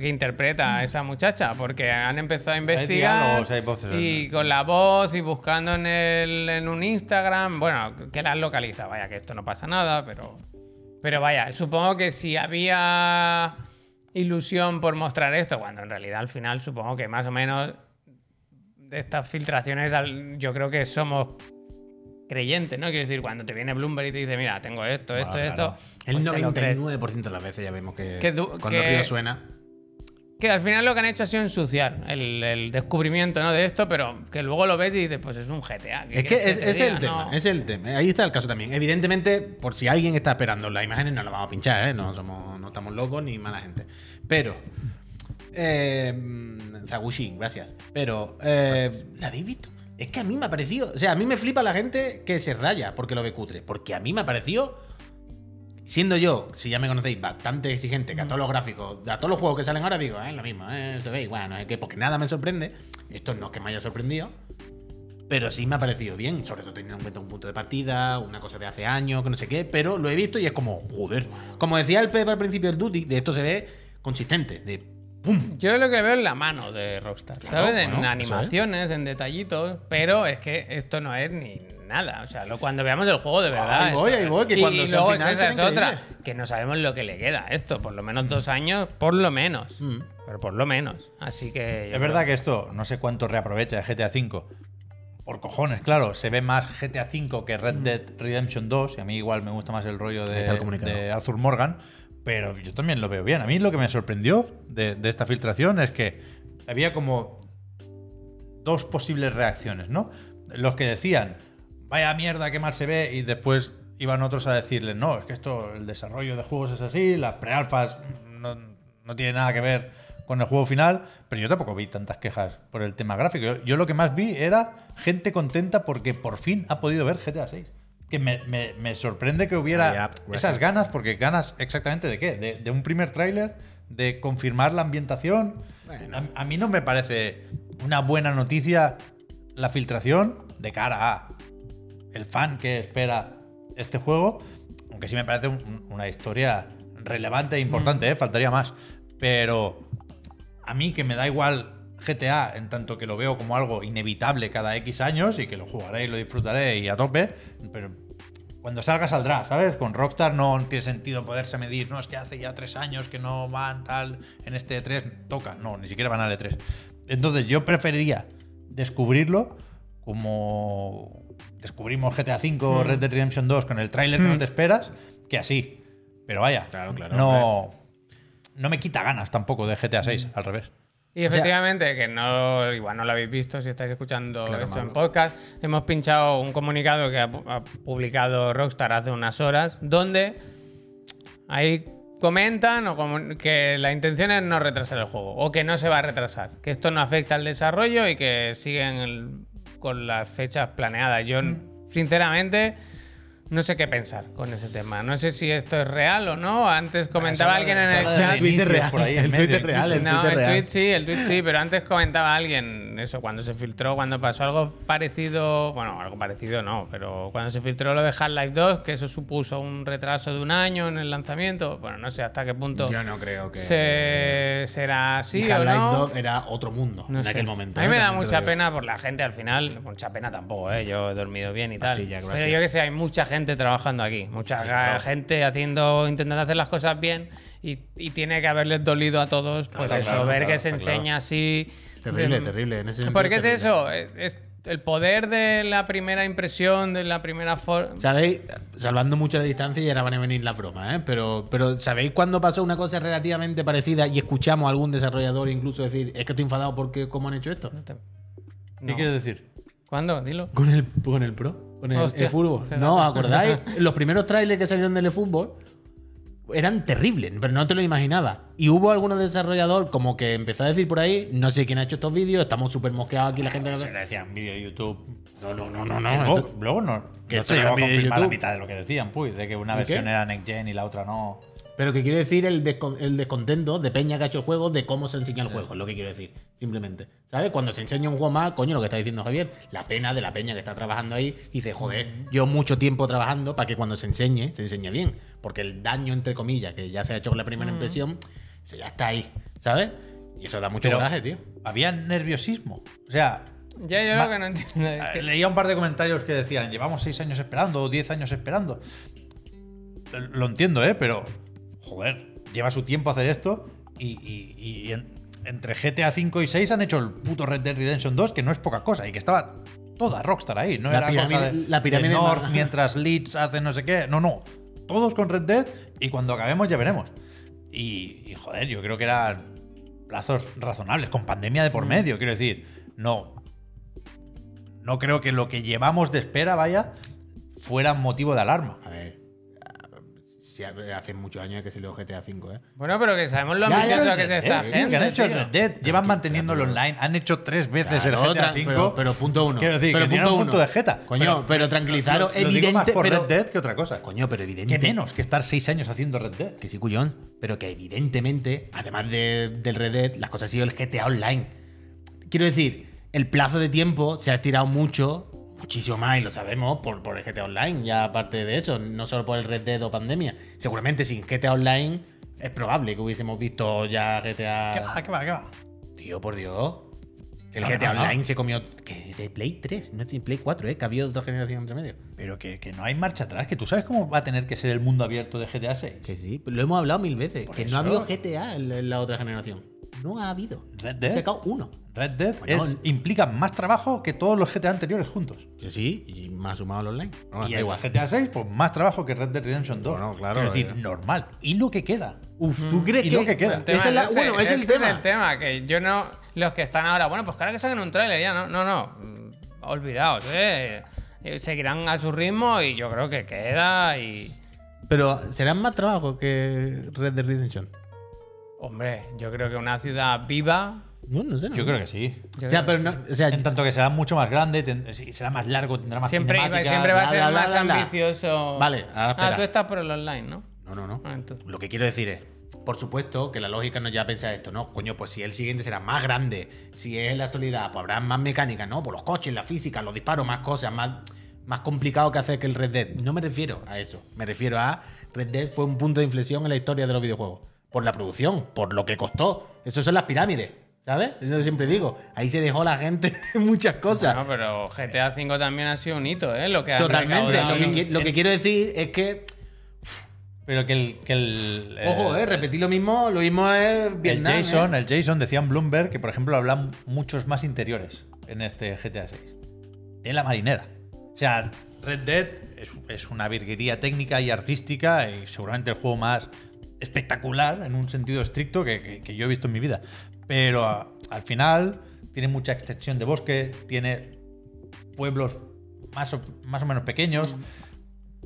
A: que interpreta a esa muchacha, porque han empezado a investigar
C: diálogos, hay voces,
A: y con la voz y buscando en, el, en un Instagram, bueno, que la han localizado, vaya, que esto no pasa nada, pero, pero vaya, supongo que si había ilusión por mostrar esto, cuando en realidad al final supongo que más o menos de estas filtraciones al- yo creo que somos creyentes, ¿no? Quiero decir, cuando te viene Bloomberg y te dice, mira, tengo esto, esto,
C: Bueno,
A: esto.
C: claro.
B: Ah, El
A: pues te lo crees.
B: 99% de las veces ya vemos que,
A: Que du-
B: cuando
A: que-
B: el río suena...
A: Que al final lo que han hecho ha sido ensuciar el, el descubrimiento ¿no? de esto, pero que luego lo ves y dices, pues es un GTA. ¿qué
B: Es que
A: quieres
B: es,
A: te
B: es
A: diga?
B: el tema,
A: No.
B: es el tema. Ahí está el caso también. Evidentemente, por si alguien está esperando las imágenes, no las vamos a pinchar, ¿eh? No, somos, no estamos locos ni mala gente. Pero... Eh, Zaguchi, gracias. Pero... eh, ¿La habéis visto? Es que a mí me ha parecido... O sea, a mí me flipa la gente que se raya porque lo ve cutre. Porque a mí me ha parecido... Siendo yo, si ya me conocéis, bastante exigente, que a todos los gráficos, a todos los juegos que salen ahora digo, es lo mismo, eh, se ve igual, no sé qué, porque nada me sorprende. Esto no es que me haya sorprendido, pero sí me ha parecido bien, sobre todo teniendo en cuenta un punto de partida, una cosa de hace años, que no sé qué, pero lo he visto y es como, joder. Como decía el Pepe al principio del Duty, de esto se ve consistente, de ¡pum!
A: Yo lo que veo es la mano de Rockstar,
B: Claro,
A: ¿sabes? en
B: bueno,
A: animaciones, en detallitos, pero es que esto no es ni nada. O sea, lo- cuando veamos el juego de verdad.
B: Ahí voy,
A: esto-
B: ahí voy, que
A: y,
B: cuando
A: y
B: sea el
A: luego
B: final
A: esa
B: será
A: es otra,
B: increíble.
A: que no sabemos lo que le queda a esto, por lo
B: Mm.
A: menos dos años, por lo menos. Pero por lo menos. Así que. yo
C: Es verdad que esto no sé cuánto reaprovecha de GTA V. Por cojones, claro, se ve más GTA V que Red Dead Redemption 2. Y a mí igual me gusta más el rollo
B: Ahí
C: de,
B: está el comunicado.
C: de Arthur Morgan. Pero yo también lo veo bien. A mí lo que me sorprendió de, de esta filtración es que había como dos posibles reacciones, ¿no? Los que decían, vaya mierda, qué mal se ve, y después iban otros a decirles, no, es que esto, el desarrollo de juegos es así, las prealfas mm, no, no tiene nada que ver con el juego final, pero yo tampoco vi tantas quejas por el tema gráfico. Yo, yo lo que más vi era gente contenta porque por fin ha podido ver GTA 6. Que me, me- me sorprende que hubiera
B: Ay, ya, pues
C: esas
B: gracias.
C: ganas, porque ganas exactamente de qué? De, de un primer tráiler, de confirmar la ambientación. A, a mí no me parece una buena noticia la filtración de cara a el fan que espera este juego, aunque sí me parece un- un- una historia relevante e importante, ¿eh? faltaría más. Pero a mí que me da igual GTA, en tanto que lo veo como algo inevitable cada X años y que lo jugaré y lo disfrutaré y a tope, pero cuando salga saldrá, ¿sabes? Con Rockstar no tiene sentido poderse medir, no, es que hace ya tres años que no van tal, en este E3 toca, no, ni siquiera van al E3. Entonces yo preferiría descubrirlo como descubrimos GTA V o
A: Hmm.
C: Red Dead Redemption 2 con el tráiler que no te esperas, que así. Pero vaya,
B: Claro, claro,
C: no, no me quita ganas tampoco de GTA
A: Hmm.
C: 6, al revés.
A: Y
B: sea-
A: efectivamente, que no, igual no lo habéis visto si estáis escuchando
B: Claro,
A: esto en
B: Mauro.
A: podcast, hemos pinchado un comunicado que ha, pu- ha publicado Rockstar hace unas horas, donde ahí comentan o comun- que la intención es no retrasar el juego, o que no se va a retrasar, que esto no afecta al desarrollo y que siguen el- con las fechas planeadas. Yo,
C: Mm.
A: sinceramente... No sé qué pensar con ese tema. No sé si esto es real o no. Antes comentaba
C: habla de-
A: alguien en el
C: se habla de
A: chat.
C: la Inicios por ahí en
B: el
C: medio
B: Twitter real, el
A: No,
B: Ah, Twitter
A: el
B: real.
A: tweet sí, el tweet sí, pero antes comentaba alguien eso, cuando se filtró, cuando pasó algo parecido, bueno, algo parecido no, pero cuando se filtró lo de Half-Life 2, que eso supuso un retraso de un año en el lanzamiento, bueno, no sé hasta qué punto
B: Yo no creo que.
A: se, será
B: Y
A: así o
B: Half-Life
A: no.
B: 2 era otro mundo
A: No
B: en
A: sé.
B: aquel momento.
A: A mí
B: ¿eh?
A: me da
B: También te
A: mucha
B: lo digo.
A: pena por la gente al final. Mucha pena tampoco, ¿eh? Yo he dormido bien y tal.
B: Pastilla,
A: Pero
B: gracias.
A: yo que sé, hay mucha gente trabajando aquí. Mucha ga-
B: claro.
A: gente haciendo, intentando hacer las cosas bien. Y, y tiene que haberles dolido a todos, pues
B: está
A: eso,
B: claro, está
A: ver
B: claro,
A: que se
B: está
A: enseña así.
B: Terrible,
A: Mm.
B: terrible. En ese sentido,
A: Porque es
B: terrible.
A: eso, es, es el poder de la primera impresión, de la primera forma.
B: ¿Sabéis? Salvando mucho la distancia y ahora van a venir las bromas, ¿eh? Pero, pero ¿sabéis cuándo pasó una cosa relativamente parecida y escuchamos a algún desarrollador incluso decir, es que estoy enfadado porque cómo han hecho esto?
C: ¿Qué quieres decir?
A: ¿Cuándo? Dilo.
B: Con el, con el Pro, con el,
A: Hostia,
B: eFootball.
A: se
B: ¿No?
A: nota.
B: ¿Os acordáis? Los primeros trailers que salieron del eFootball eran terribles, pero no te lo imaginabas. Y hubo algunos desarrollador como que empezó a decir por ahí, no sé quién ha hecho estos vídeos, estamos súper mosqueados aquí la gente...
C: Se le decían vídeo de YouTube.
B: No, no, no, no, no.
C: Que
B: esto-
C: luego, luego no,
B: que
C: no
B: esto
C: se
B: era
C: llegó a
B: vídeo de
C: confirmar la
B: YouTube.
C: mitad de lo que decían, pues, de que una
B: ¿De qué?
C: versión era next gen y la otra no.
B: Pero que quiere decir el, descon- el descontento de Peña que ha hecho el juego de cómo se enseña el juego, es lo que quiero decir, simplemente. ¿Sabes? Cuando se enseña un juego mal, coño, lo que está diciendo Javier, la pena de la Peña que está trabajando ahí, y dice, joder, yo mucho tiempo trabajando para que cuando se enseñe, se enseñe bien. Porque el daño, entre comillas, que ya se ha hecho con la primera impresión, eso ya está ahí, ¿sabes? Y eso da mucho
C: Pero-
B: coraje, tío.
C: Había nerviosismo. O sea,
A: Ya yo
C: Va-
A: lo que no entiendo es que-
C: Ah, leía un par de comentarios que decían, llevamos seis años esperando o diez años esperando. Lo entiendo, ¿eh? Pero, joder, lleva su tiempo hacer esto y, y- y en- entre GTA 5 y 6 han hecho el puto Red Dead Redemption 2, que no es poca cosa, y que estaba toda Rockstar ahí. No
B: La
C: era cosa
B: pirámide-
C: de,
B: la pirámide
C: de
B: de
C: North
B: Mar-
C: mientras Leeds hace no sé qué. No, no. Todos con Red Dead y cuando acabemos ya veremos. Y, y, joder, yo creo que eran plazos razonables, con pandemia de por
B: Mm.
C: medio, quiero decir. No, no creo que lo que llevamos de espera, vaya, fuera motivo de alarma.
B: A ver, ah, si hace muchos años que se lo GTA V, ¿eh?
A: Bueno, pero que sabemos lo
B: Ya, ya
A: ambicioso
B: lo
A: que es
B: entiendo,
A: esta
C: Eh,
A: gente.
C: que han hecho el
A: tío.
C: Red Dead, llevan manteniéndolo online, han hecho tres veces
B: Claro,
C: el GTA
B: tra-
C: 5.
B: pero- pero punto uno.
C: Quiero decir,
B: Pero
C: que tienen
B: punto
C: un punto de
B: uno.
C: jeta.
B: Coño, pero tranquilizaros,
C: Lo, lo digo más
B: evidente,
C: por
B: pero-
C: Red Dead que otra cosa.
B: Coño, pero evidente.
C: Que menos que estar seis años haciendo Red Dead.
B: que sí, cuyón, pero que evidentemente, además de- del Red Dead, las cosas han sido el GTA Online. Quiero decir, el plazo de tiempo se ha estirado mucho, muchísimo más, y lo sabemos, por, por el GTA Online, ya aparte de eso, no solo por el Red Dead o pandemia. Seguramente sin GTA Online es probable que hubiésemos visto ya
C: ¿Qué
B: GTA.
C: va, qué va, qué va?
B: Tío, por Dios. Que el
C: No, que
B: GTA
C: no, no.
B: Online se comió. Que de Play 3, no es de Play 4, ¿eh? Que había otra generación entre medio.
C: Pero que, que no hay marcha atrás, que tú sabes cómo va a tener que ser el mundo abierto de GTA 6.
B: Que sí, lo hemos hablado mil veces.
C: Por
B: que
C: eso.
B: no ha habido GTA en la, en la otra generación. No ha habido.
C: Red Dead.
B: Se ha sacado uno.
C: Red Dead
B: Bueno,
C: es-
B: el-
C: implica más trabajo que todos los GTA anteriores juntos.
B: Que sí, y más sumado al online. No,
C: y
B: da
C: el
B: igual.
C: GTA 6, pues más trabajo que Red Dead Redemption 2.
B: Bueno, claro,
C: Quiero decir,
B: eh.
C: normal. ¿Y lo que queda? Mm.
B: Uf, ¿tú crees
C: ¿Y
B: que,
C: lo que queda?
A: El tema, ¿eh?
B: Esa es la-
A: no sé,
B: bueno, es
A: ese
B: el tema.
A: el tema, que yo no. Los que están ahora, bueno, pues claro que saquen un tráiler ya, no, no, no. mm, Olvidaos, eh. Eh, Seguirán a su ritmo y yo creo que queda y.
B: Pero serán más trabajo que Red Dead Redemption.
A: Hombre, yo creo que una ciudad viva.
B: No, no sé. no.
C: Yo creo que sí.
A: yo
B: o sea,
A: creo
B: pero
A: que
B: no, o sea,
C: En tanto que será mucho más grande, ten- sí, será más largo, tendrá más
A: Siempre, iba-
C: cinemáticas,
A: siempre va a
B: bla,
A: ser
B: bla, bla,
A: más
B: bla, bla.
A: ambicioso.
B: Vale, ahora
A: Ah,
B: espera.
A: tú estás por el online, ¿no?
B: No, no, no.
A: Ah, entonces.
B: Lo que quiero decir es, por supuesto, que la lógica no ya pensar esto, ¿no? Coño, pues si el siguiente será más grande, si es la actualidad, pues habrá más mecánica, ¿no? Por los coches, la física, los disparos, más cosas, más, más complicado que hacer que el Red Dead. No me refiero a eso. Me refiero a Red Dead fue un punto de inflexión en la historia de los videojuegos. Por la producción, por lo que costó. Eso son las pirámides, ¿sabes? Eso siempre digo. Ahí se dejó la gente muchas cosas.
A: Bueno, pero GTA V también ha sido un hito, ¿eh? Lo que han
B: Totalmente.
A: recaudado.
B: Lo que, qui- lo que quiero decir es que
C: Pero que el. Que el
B: Ojo, eh, repetir lo mismo, lo mismo es
C: el
B: Vietnam.
C: Jason,
B: eh.
C: el Jason decía en Bloomberg que, por ejemplo, hablan muchos más interiores en este GTA 6. De la marinera. O sea, Red Dead es, es una virguería técnica y artística y seguramente el juego más espectacular en un sentido estricto que, que- que yo he visto en mi vida. Pero a- al final tiene mucha extensión de bosque, tiene pueblos más o, más o menos pequeños.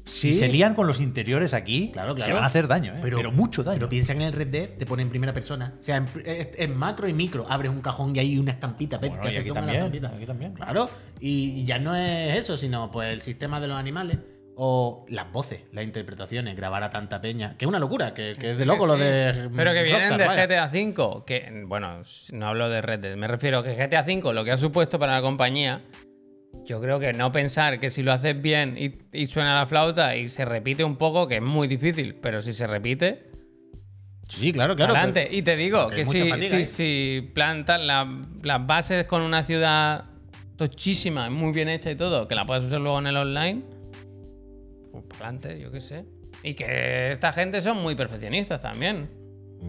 C: Si
B: Mm. Sí.
C: se lían con los interiores aquí,
B: Claro,
C: se
B: claro.
C: van a hacer daño, ¿eh? pero, mucho daño.
B: Pero piensa que en el Red Dead te pone en primera persona. O sea, en, pr- es- es macro y micro. Abres un cajón y hay una estampita. Pet,
C: Bueno,
B: que
C: y
B: se
C: aquí
B: toma la
C: también,
B: estampita.
C: aquí también.
B: Claro. Y, y ya no es eso, sino pues el sistema de los animales. O las voces, las interpretaciones, grabar a tanta peña. Que es una locura, que, que es de loco lo
A: Sí.
B: de.
A: Pero que vienen
B: Mm, Rockstar,
A: de GTA
B: vaya.
A: V, que, bueno, no hablo de Red Dead, me refiero a que GTA V, lo que ha supuesto para la compañía, yo creo que no pensar que si lo haces bien y, y suena la flauta y se repite un poco, que es muy difícil, pero si se repite,
B: Sí, claro, claro.
A: adelante. Y te digo
B: porque hay
A: que
B: mucha
A: si,
B: fatiga
A: si,
B: ahí.
A: si plantas la- las bases con una ciudad tochísima, muy bien hecha y todo, que la puedes usar luego en el online, pues para adelante, yo qué sé. Y que esta gente son muy perfeccionistas también.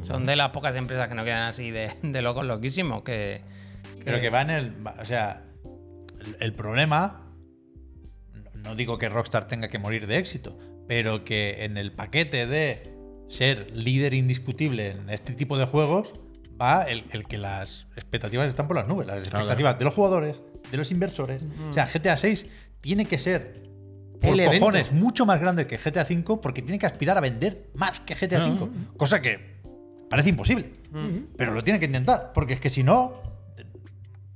A: Son de las pocas empresas que no quedan así de, de locos loquísimos. Que,
C: Pero que va en el. va- O sea, el, el problema. no- No digo que Rockstar tenga que morir de éxito, pero que en el paquete de ser líder indiscutible en este tipo de juegos va el, el que las expectativas están por las nubes. Las
B: Claro, Mm.
C: expectativas de los jugadores, de los inversores. O sea, GTA 6 tiene que ser. Por
B: El evento.
C: cojones, mucho más grande que GTA 5 porque tiene que aspirar a vender más que GTA 5, cosa que parece imposible.
A: Mm.
C: Pero lo tiene que intentar, porque es que si no,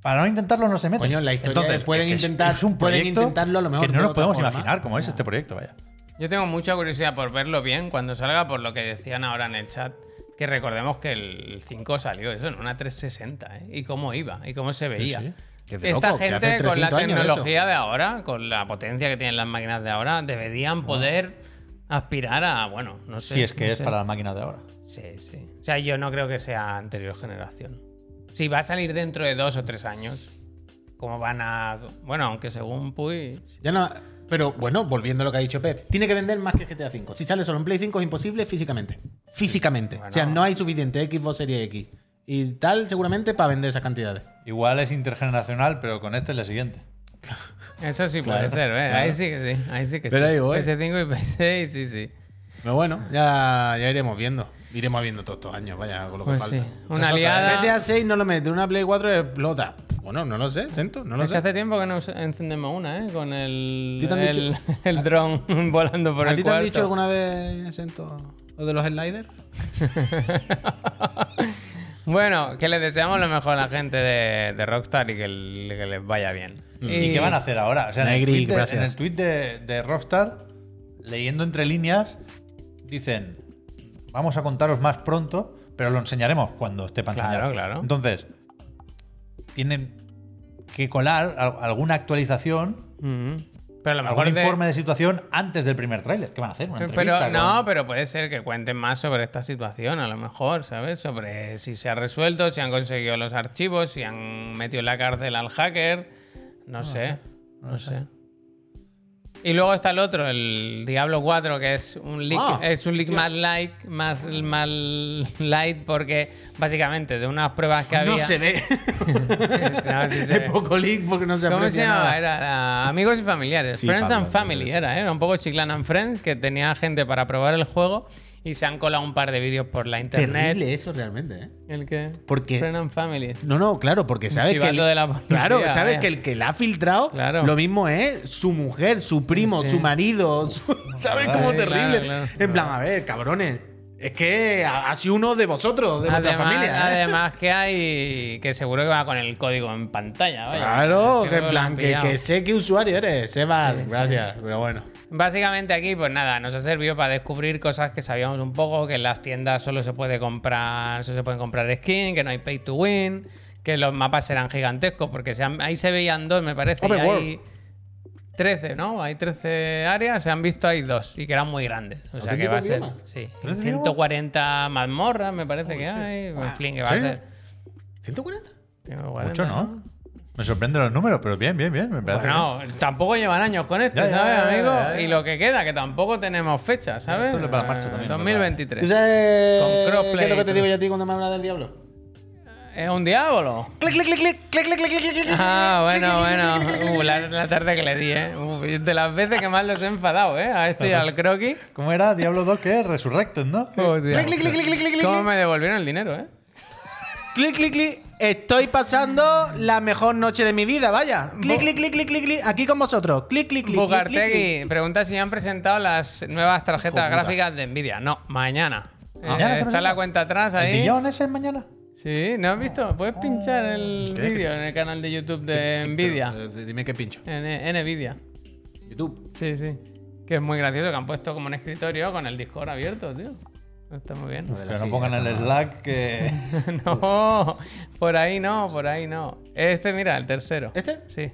C: para no intentarlo no se meten.
B: Coño, la historia es, pueden
C: es-
B: intentar-
C: es un
B: pueden
C: proyecto
B: intentarlo a lo mejor
C: que
B: de
C: no nos
B: otra
C: podemos
B: forma.
C: imaginar cómo es este proyecto, vaya.
A: Yo tengo mucha curiosidad por verlo bien cuando salga, por lo que decían ahora en el chat. Que recordemos que el 5 salió eso en una 360, ¿eh? Y cómo iba, y cómo se veía.
B: sí. Que es de
A: Esta
B: loco, que hace
A: gente con la
B: 300 años eso.
A: tecnología de ahora, con la potencia que tienen las máquinas de ahora, deberían
B: Ah.
A: poder aspirar a, bueno, no sé.
C: si es que
A: no
C: es
A: sé.
C: para las máquinas de ahora.
A: Sí, sí. O sea, yo no creo que sea anterior generación. Si va a salir dentro de dos o tres años, ¿cómo van a...? Bueno, aunque según Puy...
B: Ya no, pero bueno, volviendo a lo que ha dicho Pep, tiene que vender más que GTA V. Si sale solo en Play 5 es imposible físicamente. Físicamente.
A: Bueno.
B: O sea, no hay suficiente Xbox Series X. Y tal, seguramente, para vender esas cantidades.
C: Igual es intergeneracional, pero con este es la siguiente.
A: Eso sí
B: Claro,
A: puede ser, ¿eh?
B: claro.
A: Ahí sí que sí. Ahí sí que
B: Pero
A: sí.
B: ahí voy.
A: PS5 y PS6, sí, sí.
B: Pero bueno, ya, ya iremos viendo. Iremos viendo todos estos años, vaya, con lo
A: Pues
B: que falta.
A: sí. Una
B: Esa es otra,
A: aliada-
B: GTA 6 no lo mete, una Play 4 explota. Bueno, no lo sé, siento, no lo
A: es que
B: sé.
A: hace tiempo que no us- encendemos una, ¿eh? Con el,
B: ¿Sí te han
A: el,
B: dicho?
A: el dron volando por
B: ¿A
A: el
B: ti te
A: cuarto.
B: han dicho alguna vez, Sento, lo de los sliders?
A: Bueno, que le deseamos lo mejor a la gente de, de Rockstar y que, el- que les vaya bien.
B: Mm.
C: ¿Y qué van a hacer ahora? O sea, en el
B: Negri,
C: tweet, de,
B: gracias.
C: en el tweet de- de Rockstar, leyendo entre líneas, dicen: Vamos a contaros más pronto, pero lo enseñaremos cuando esté para
A: Claro,
C: enseñar".
A: claro.
C: Entonces, tienen que colar al- alguna actualización
A: Mm. Pero a lo
C: algún
A: mejor... de-
C: informe de situación antes del primer tráiler. ¿Qué van a hacer? ¿Una Pues entrevista?
A: Pero,
C: con-
A: no, pero puede ser que cuenten más sobre esta situación, a lo mejor, ¿sabes? Sobre si se ha resuelto, si han conseguido los archivos, si han metido en la cárcel al hacker. No, sé, no, sé. Y luego está el otro, el Diablo 4, que es un leak,
B: Ah,
A: es un leak más light, más, más light, porque básicamente de unas pruebas que había.
B: No se ve.
A: No, sí se
B: es
A: ve.
B: poco leak porque no se
A: ¿Cómo se
B: aprecia
A: llamaba?
B: nada.
A: Era la- Amigos y Familiares.
C: Sí,
A: Friends
C: Pablo,
A: and Family
C: creo
A: era, ¿eh? Era un poco Chiclan and Friends que tenía gente para probar el juego y se han colado un par de vídeos por la internet.
B: Terrible eso realmente, ¿eh?
A: ¿El qué?
B: Porque-
A: Friends and Family.
B: No, no, claro, porque sabes que.
A: chivato de la policía,
B: claro, sabes
A: vaya.
B: que el que la ha filtrado,
A: Claro.
B: lo mismo es su mujer, su primo,
A: Sí, sí.
B: su marido. su- ¿Sabes
C: Claro,
B: cómo
A: sí,
B: terrible?
A: claro, claro.
B: en plan, a ver, cabrones. Es que ha ha sido uno de vosotros, de vuestra
A: Además,
B: familia. ¿eh?
A: además que hay que seguro que va con el código en pantalla. vaya.
B: Claro,
A: Seguro
B: que en
A: lo
B: plan,
A: han
B: que,
A: pillado.
B: que sé qué usuario eres, Sebas. gracias, pero bueno.
A: Básicamente aquí, pues nada, nos ha servido para descubrir cosas que sabíamos un poco, que en las tiendas solo se puede comprar, solo se pueden comprar skin, que no hay pay to win, que los mapas eran gigantescos, porque se han- ahí se veían dos, me parece, y
B: Open world.
A: hay 13, ¿no? Hay 13 áreas, se han visto ahí dos, y que eran muy grandes. O sea que
B: ¿Auténtico
A: va a ser.
B: bioma?
A: Sí.
C: 13
A: 140 mazmorras, me parece que hay. En fin, que va a
C: ¿Sí?
A: ser.
B: ¿140?
A: 140.
C: Mucho, ¿no? Me sorprenden los números, pero bien, bien, bien. Me parece
A: Bueno, tampoco llevan años con esto,
C: Ya, ya,
A: ¿sabes,
C: ya, ya,
A: amigo?
C: ya.
A: Y lo que queda, que tampoco tenemos fecha, ¿sabes?
C: esto es para marzo
A: Eh,
C: también,
A: 2023.
B: ¿Tú sabes
A: Con crossplay
B: qué es lo que
A: y
B: te digo yo a ti cuando me hablas del diablo?
A: Es un diablo.
B: Clic, clic, clic, clic, clic, clic, clic, clic, clic, clic.
A: Ah, bueno, bueno. Uh, la, la tarde que le di, ¿eh? Uh, de las veces que más los he enfadado, ¿eh? A este y al croquis.
C: que- ¿Cómo era Diablo 2 que es? Resurrected, ¿no?
A: Hostia.
B: Clic, clic, clic, clic, clic, clic, clic.
A: ¿Cómo me devolvieron el dinero, eh?
B: Clic, clic, clic. Estoy pasando la mejor noche de mi vida, vaya. Clic, clic, clic, clic, clic, clic. Aquí con vosotros. Clic, clic, clic, clic, clic, clic.
A: Bugartegui pregunta si ya han presentado las nuevas tarjetas
C: puta.
A: gráficas de Nvidia. No, mañana. Eh,
C: ¿Mañana se
A: está
C: presenta?
A: la cuenta atrás
C: ¿El
A: ahí.
C: billón ese es mañana?
A: Sí, ¿no has visto? Puedes pinchar
C: Ah.
A: el
C: ¿Qué?
A: vídeo en el canal de YouTube de Nvidia.
B: Eh, Dime qué pincho.
A: En Nvidia.
B: YouTube.
A: Sí, sí. Que es muy gracioso que han puesto como un escritorio con el Discord abierto, tío. Está muy bien.
B: de la
C: Que no
B: silla,
C: pongan el Slack que.
A: No, por ahí no, por ahí no. Este, mira, el tercero.
B: ¿Este?
A: Sí.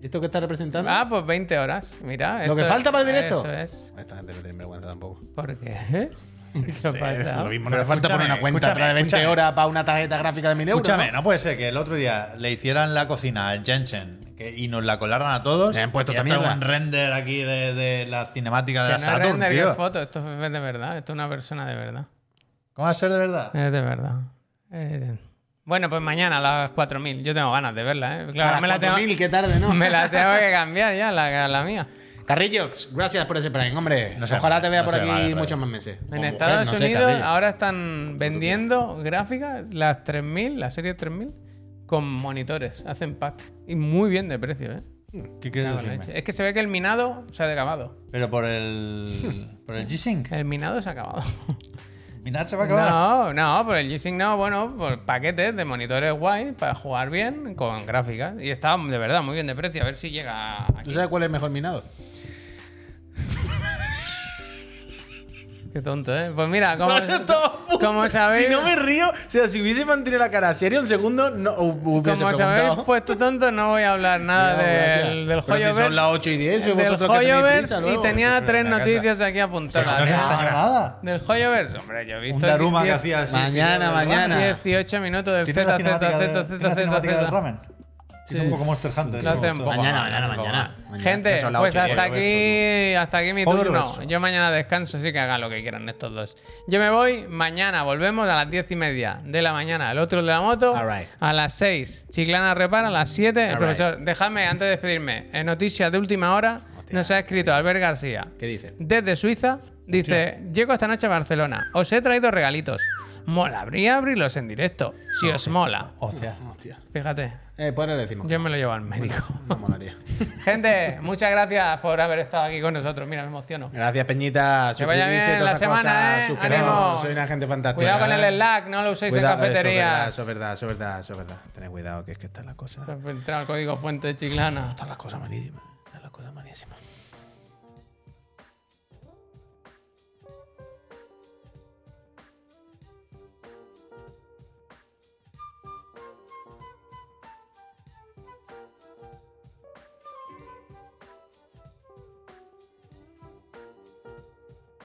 B: ¿Y esto qué está representando?
A: Ah, pues 20 horas. Mira.
B: ¿Lo que
A: esto-
B: falta para el directo? ¿Eh?
A: Eso es.
B: Esta gente no tiene vergüenza tampoco.
A: ¿Por qué? ¿Qué pasa?
B: Lo mismo, no
C: Pero
B: hace falta
C: escúchame,
B: poner una cuenta
C: escúchame,
B: atrás de 20
C: escúchame.
B: horas para una tarjeta gráfica de 1000 euros.
C: Escúchame,
B: ¿no?
C: no puede ser que el otro día le hicieran la cocina al Jensen que- y nos la colaran a todos.
B: Le han puesto
C: y
B: esta
C: esto es
B: mierda.
C: un render aquí de, de la cinemática de
A: Que
C: la
A: no es
C: Saturn,
A: render, que es
C: tío.
A: foto. Esto es de verdad. Esto es una persona de verdad.
C: ¿Cómo va a ser de verdad?
A: Es de verdad. Eh, Bueno, pues mañana a las 4.000. Yo tengo ganas de verla, ¿eh? Claro,
B: Para
A: me la tengo,
B: 4000, qué tarde, ¿no?
A: me la tengo que cambiar ya, la, la mía.
B: Carrillox, gracias por ese prime, hombre.
C: No sé,
B: Ojalá te vea
C: no
B: por
C: sé,
B: aquí
C: vale, vale.
B: muchos más meses. O
A: En
B: mujer,
A: Estados
B: eh, no sé,
A: Unidos ah.
B: Carrillo.
A: ahora están vendiendo gráficas, las 3000, la serie 3000, con monitores, hacen pack. Y muy bien de precio, ¿eh?
C: ¿Qué quieres
A: Cago en la
B: eh.
A: leche. Es que se ve que el minado se ha acabado.
C: Pero por el. por el G-Sync.
A: El minado se ha acabado.
C: Minar se va a acabar.
A: no, no, por el G-Sync no, bueno, por paquetes de monitores guay para jugar bien con gráficas. Y está de verdad muy bien de precio, a ver si llega
B: ¿Tú
A: aquí.
B: sabes cuál es el mejor minado?
A: Qué tonto, ¿eh? Pues mira, como,
B: Todo puto.
A: como sabéis...
B: Si no me río, o sea, si hubiese mantenido la cara seria un segundo, no hu- hubiese
A: Como se
B: preguntado.
A: habéis puesto tonto, no voy a hablar nada
B: No, gracias.
A: del, del
B: Pero si
A: Hoyoverse.
B: son las 8 y 10,
A: del
B: sois vosotros que tenéis
A: Hoyoverse
B: prisa luego.
A: y tenía
C: Pero
A: tres
C: en la
A: noticias aquí apuntadas.
C: No se
A: Ah,
C: enseña nada.
A: Del Hoyoverse, hombre, yo he visto.
C: Un Daruma
A: diez-
C: que hacía así.
B: Mañana,
C: que-
B: mañana.
C: Tiene
A: 18 minutos del Z,
C: la
A: Z, Z,
C: cinemática de- tiene la
A: Z, Z,
C: cinemática del
A: Z.
C: ramen. Es un poco Monster Hunter.
A: Lo
C: eso me
A: hacen
C: gustó.
A: poco.
B: Mañana,
A: más,
B: mañana,
A: un poco
B: mañana.
A: más.
B: Mañana, que
A: Gente,
B: son las
A: pues
B: ocho,
A: hasta
C: tío,
A: aquí, hasta aquí mi
C: Hoyoverse,
A: turno.
C: ¿no?
A: Yo mañana descanso, así que hagan lo que quieran estos dos. Yo me voy, mañana volvemos a las 10 y media de la mañana. El otro de la moto,
B: All right.
A: a las 6. Chiclana repara, a las 7. El
B: All
A: profesor, déjame, antes de despedirme, en noticias de última hora, nos ha escrito Albert García.
B: ¿Qué dice?
A: Desde Suiza, dice: Llego esta noche a Barcelona. Os he traído regalitos. Molaría abrirlos en directo, si os mola.
C: Hostia.
B: Ah, Hostia.
A: Fíjate,
B: Eh, pues ahora le decimos.
A: yo me lo llevo al médico.
B: No molaría.
A: Gente, muchas gracias por haber estado aquí con nosotros. Mira, me emociono.
B: Gracias, Peñita.
A: Que vaya
B: Suscribirse,
A: bien
B: todas
A: la
B: esas
A: semana,
B: cosas.
A: ¿eh?
B: Suscribiros.
A: Ánimo.
B: Soy una gente fantástica.
A: Cuidado con
B: ¿eh?
A: el Slack, no lo uséis en
B: Cuidado, eso es verdad,
A: cafeterías.
B: Eso es verdad, eso es verdad, eso es verdad. Tened cuidado, que es que están las cosas.
A: Se ha filtrado el código fuente de Chiclana.
B: Están las cosas malísimas. Están las cosas malísimas.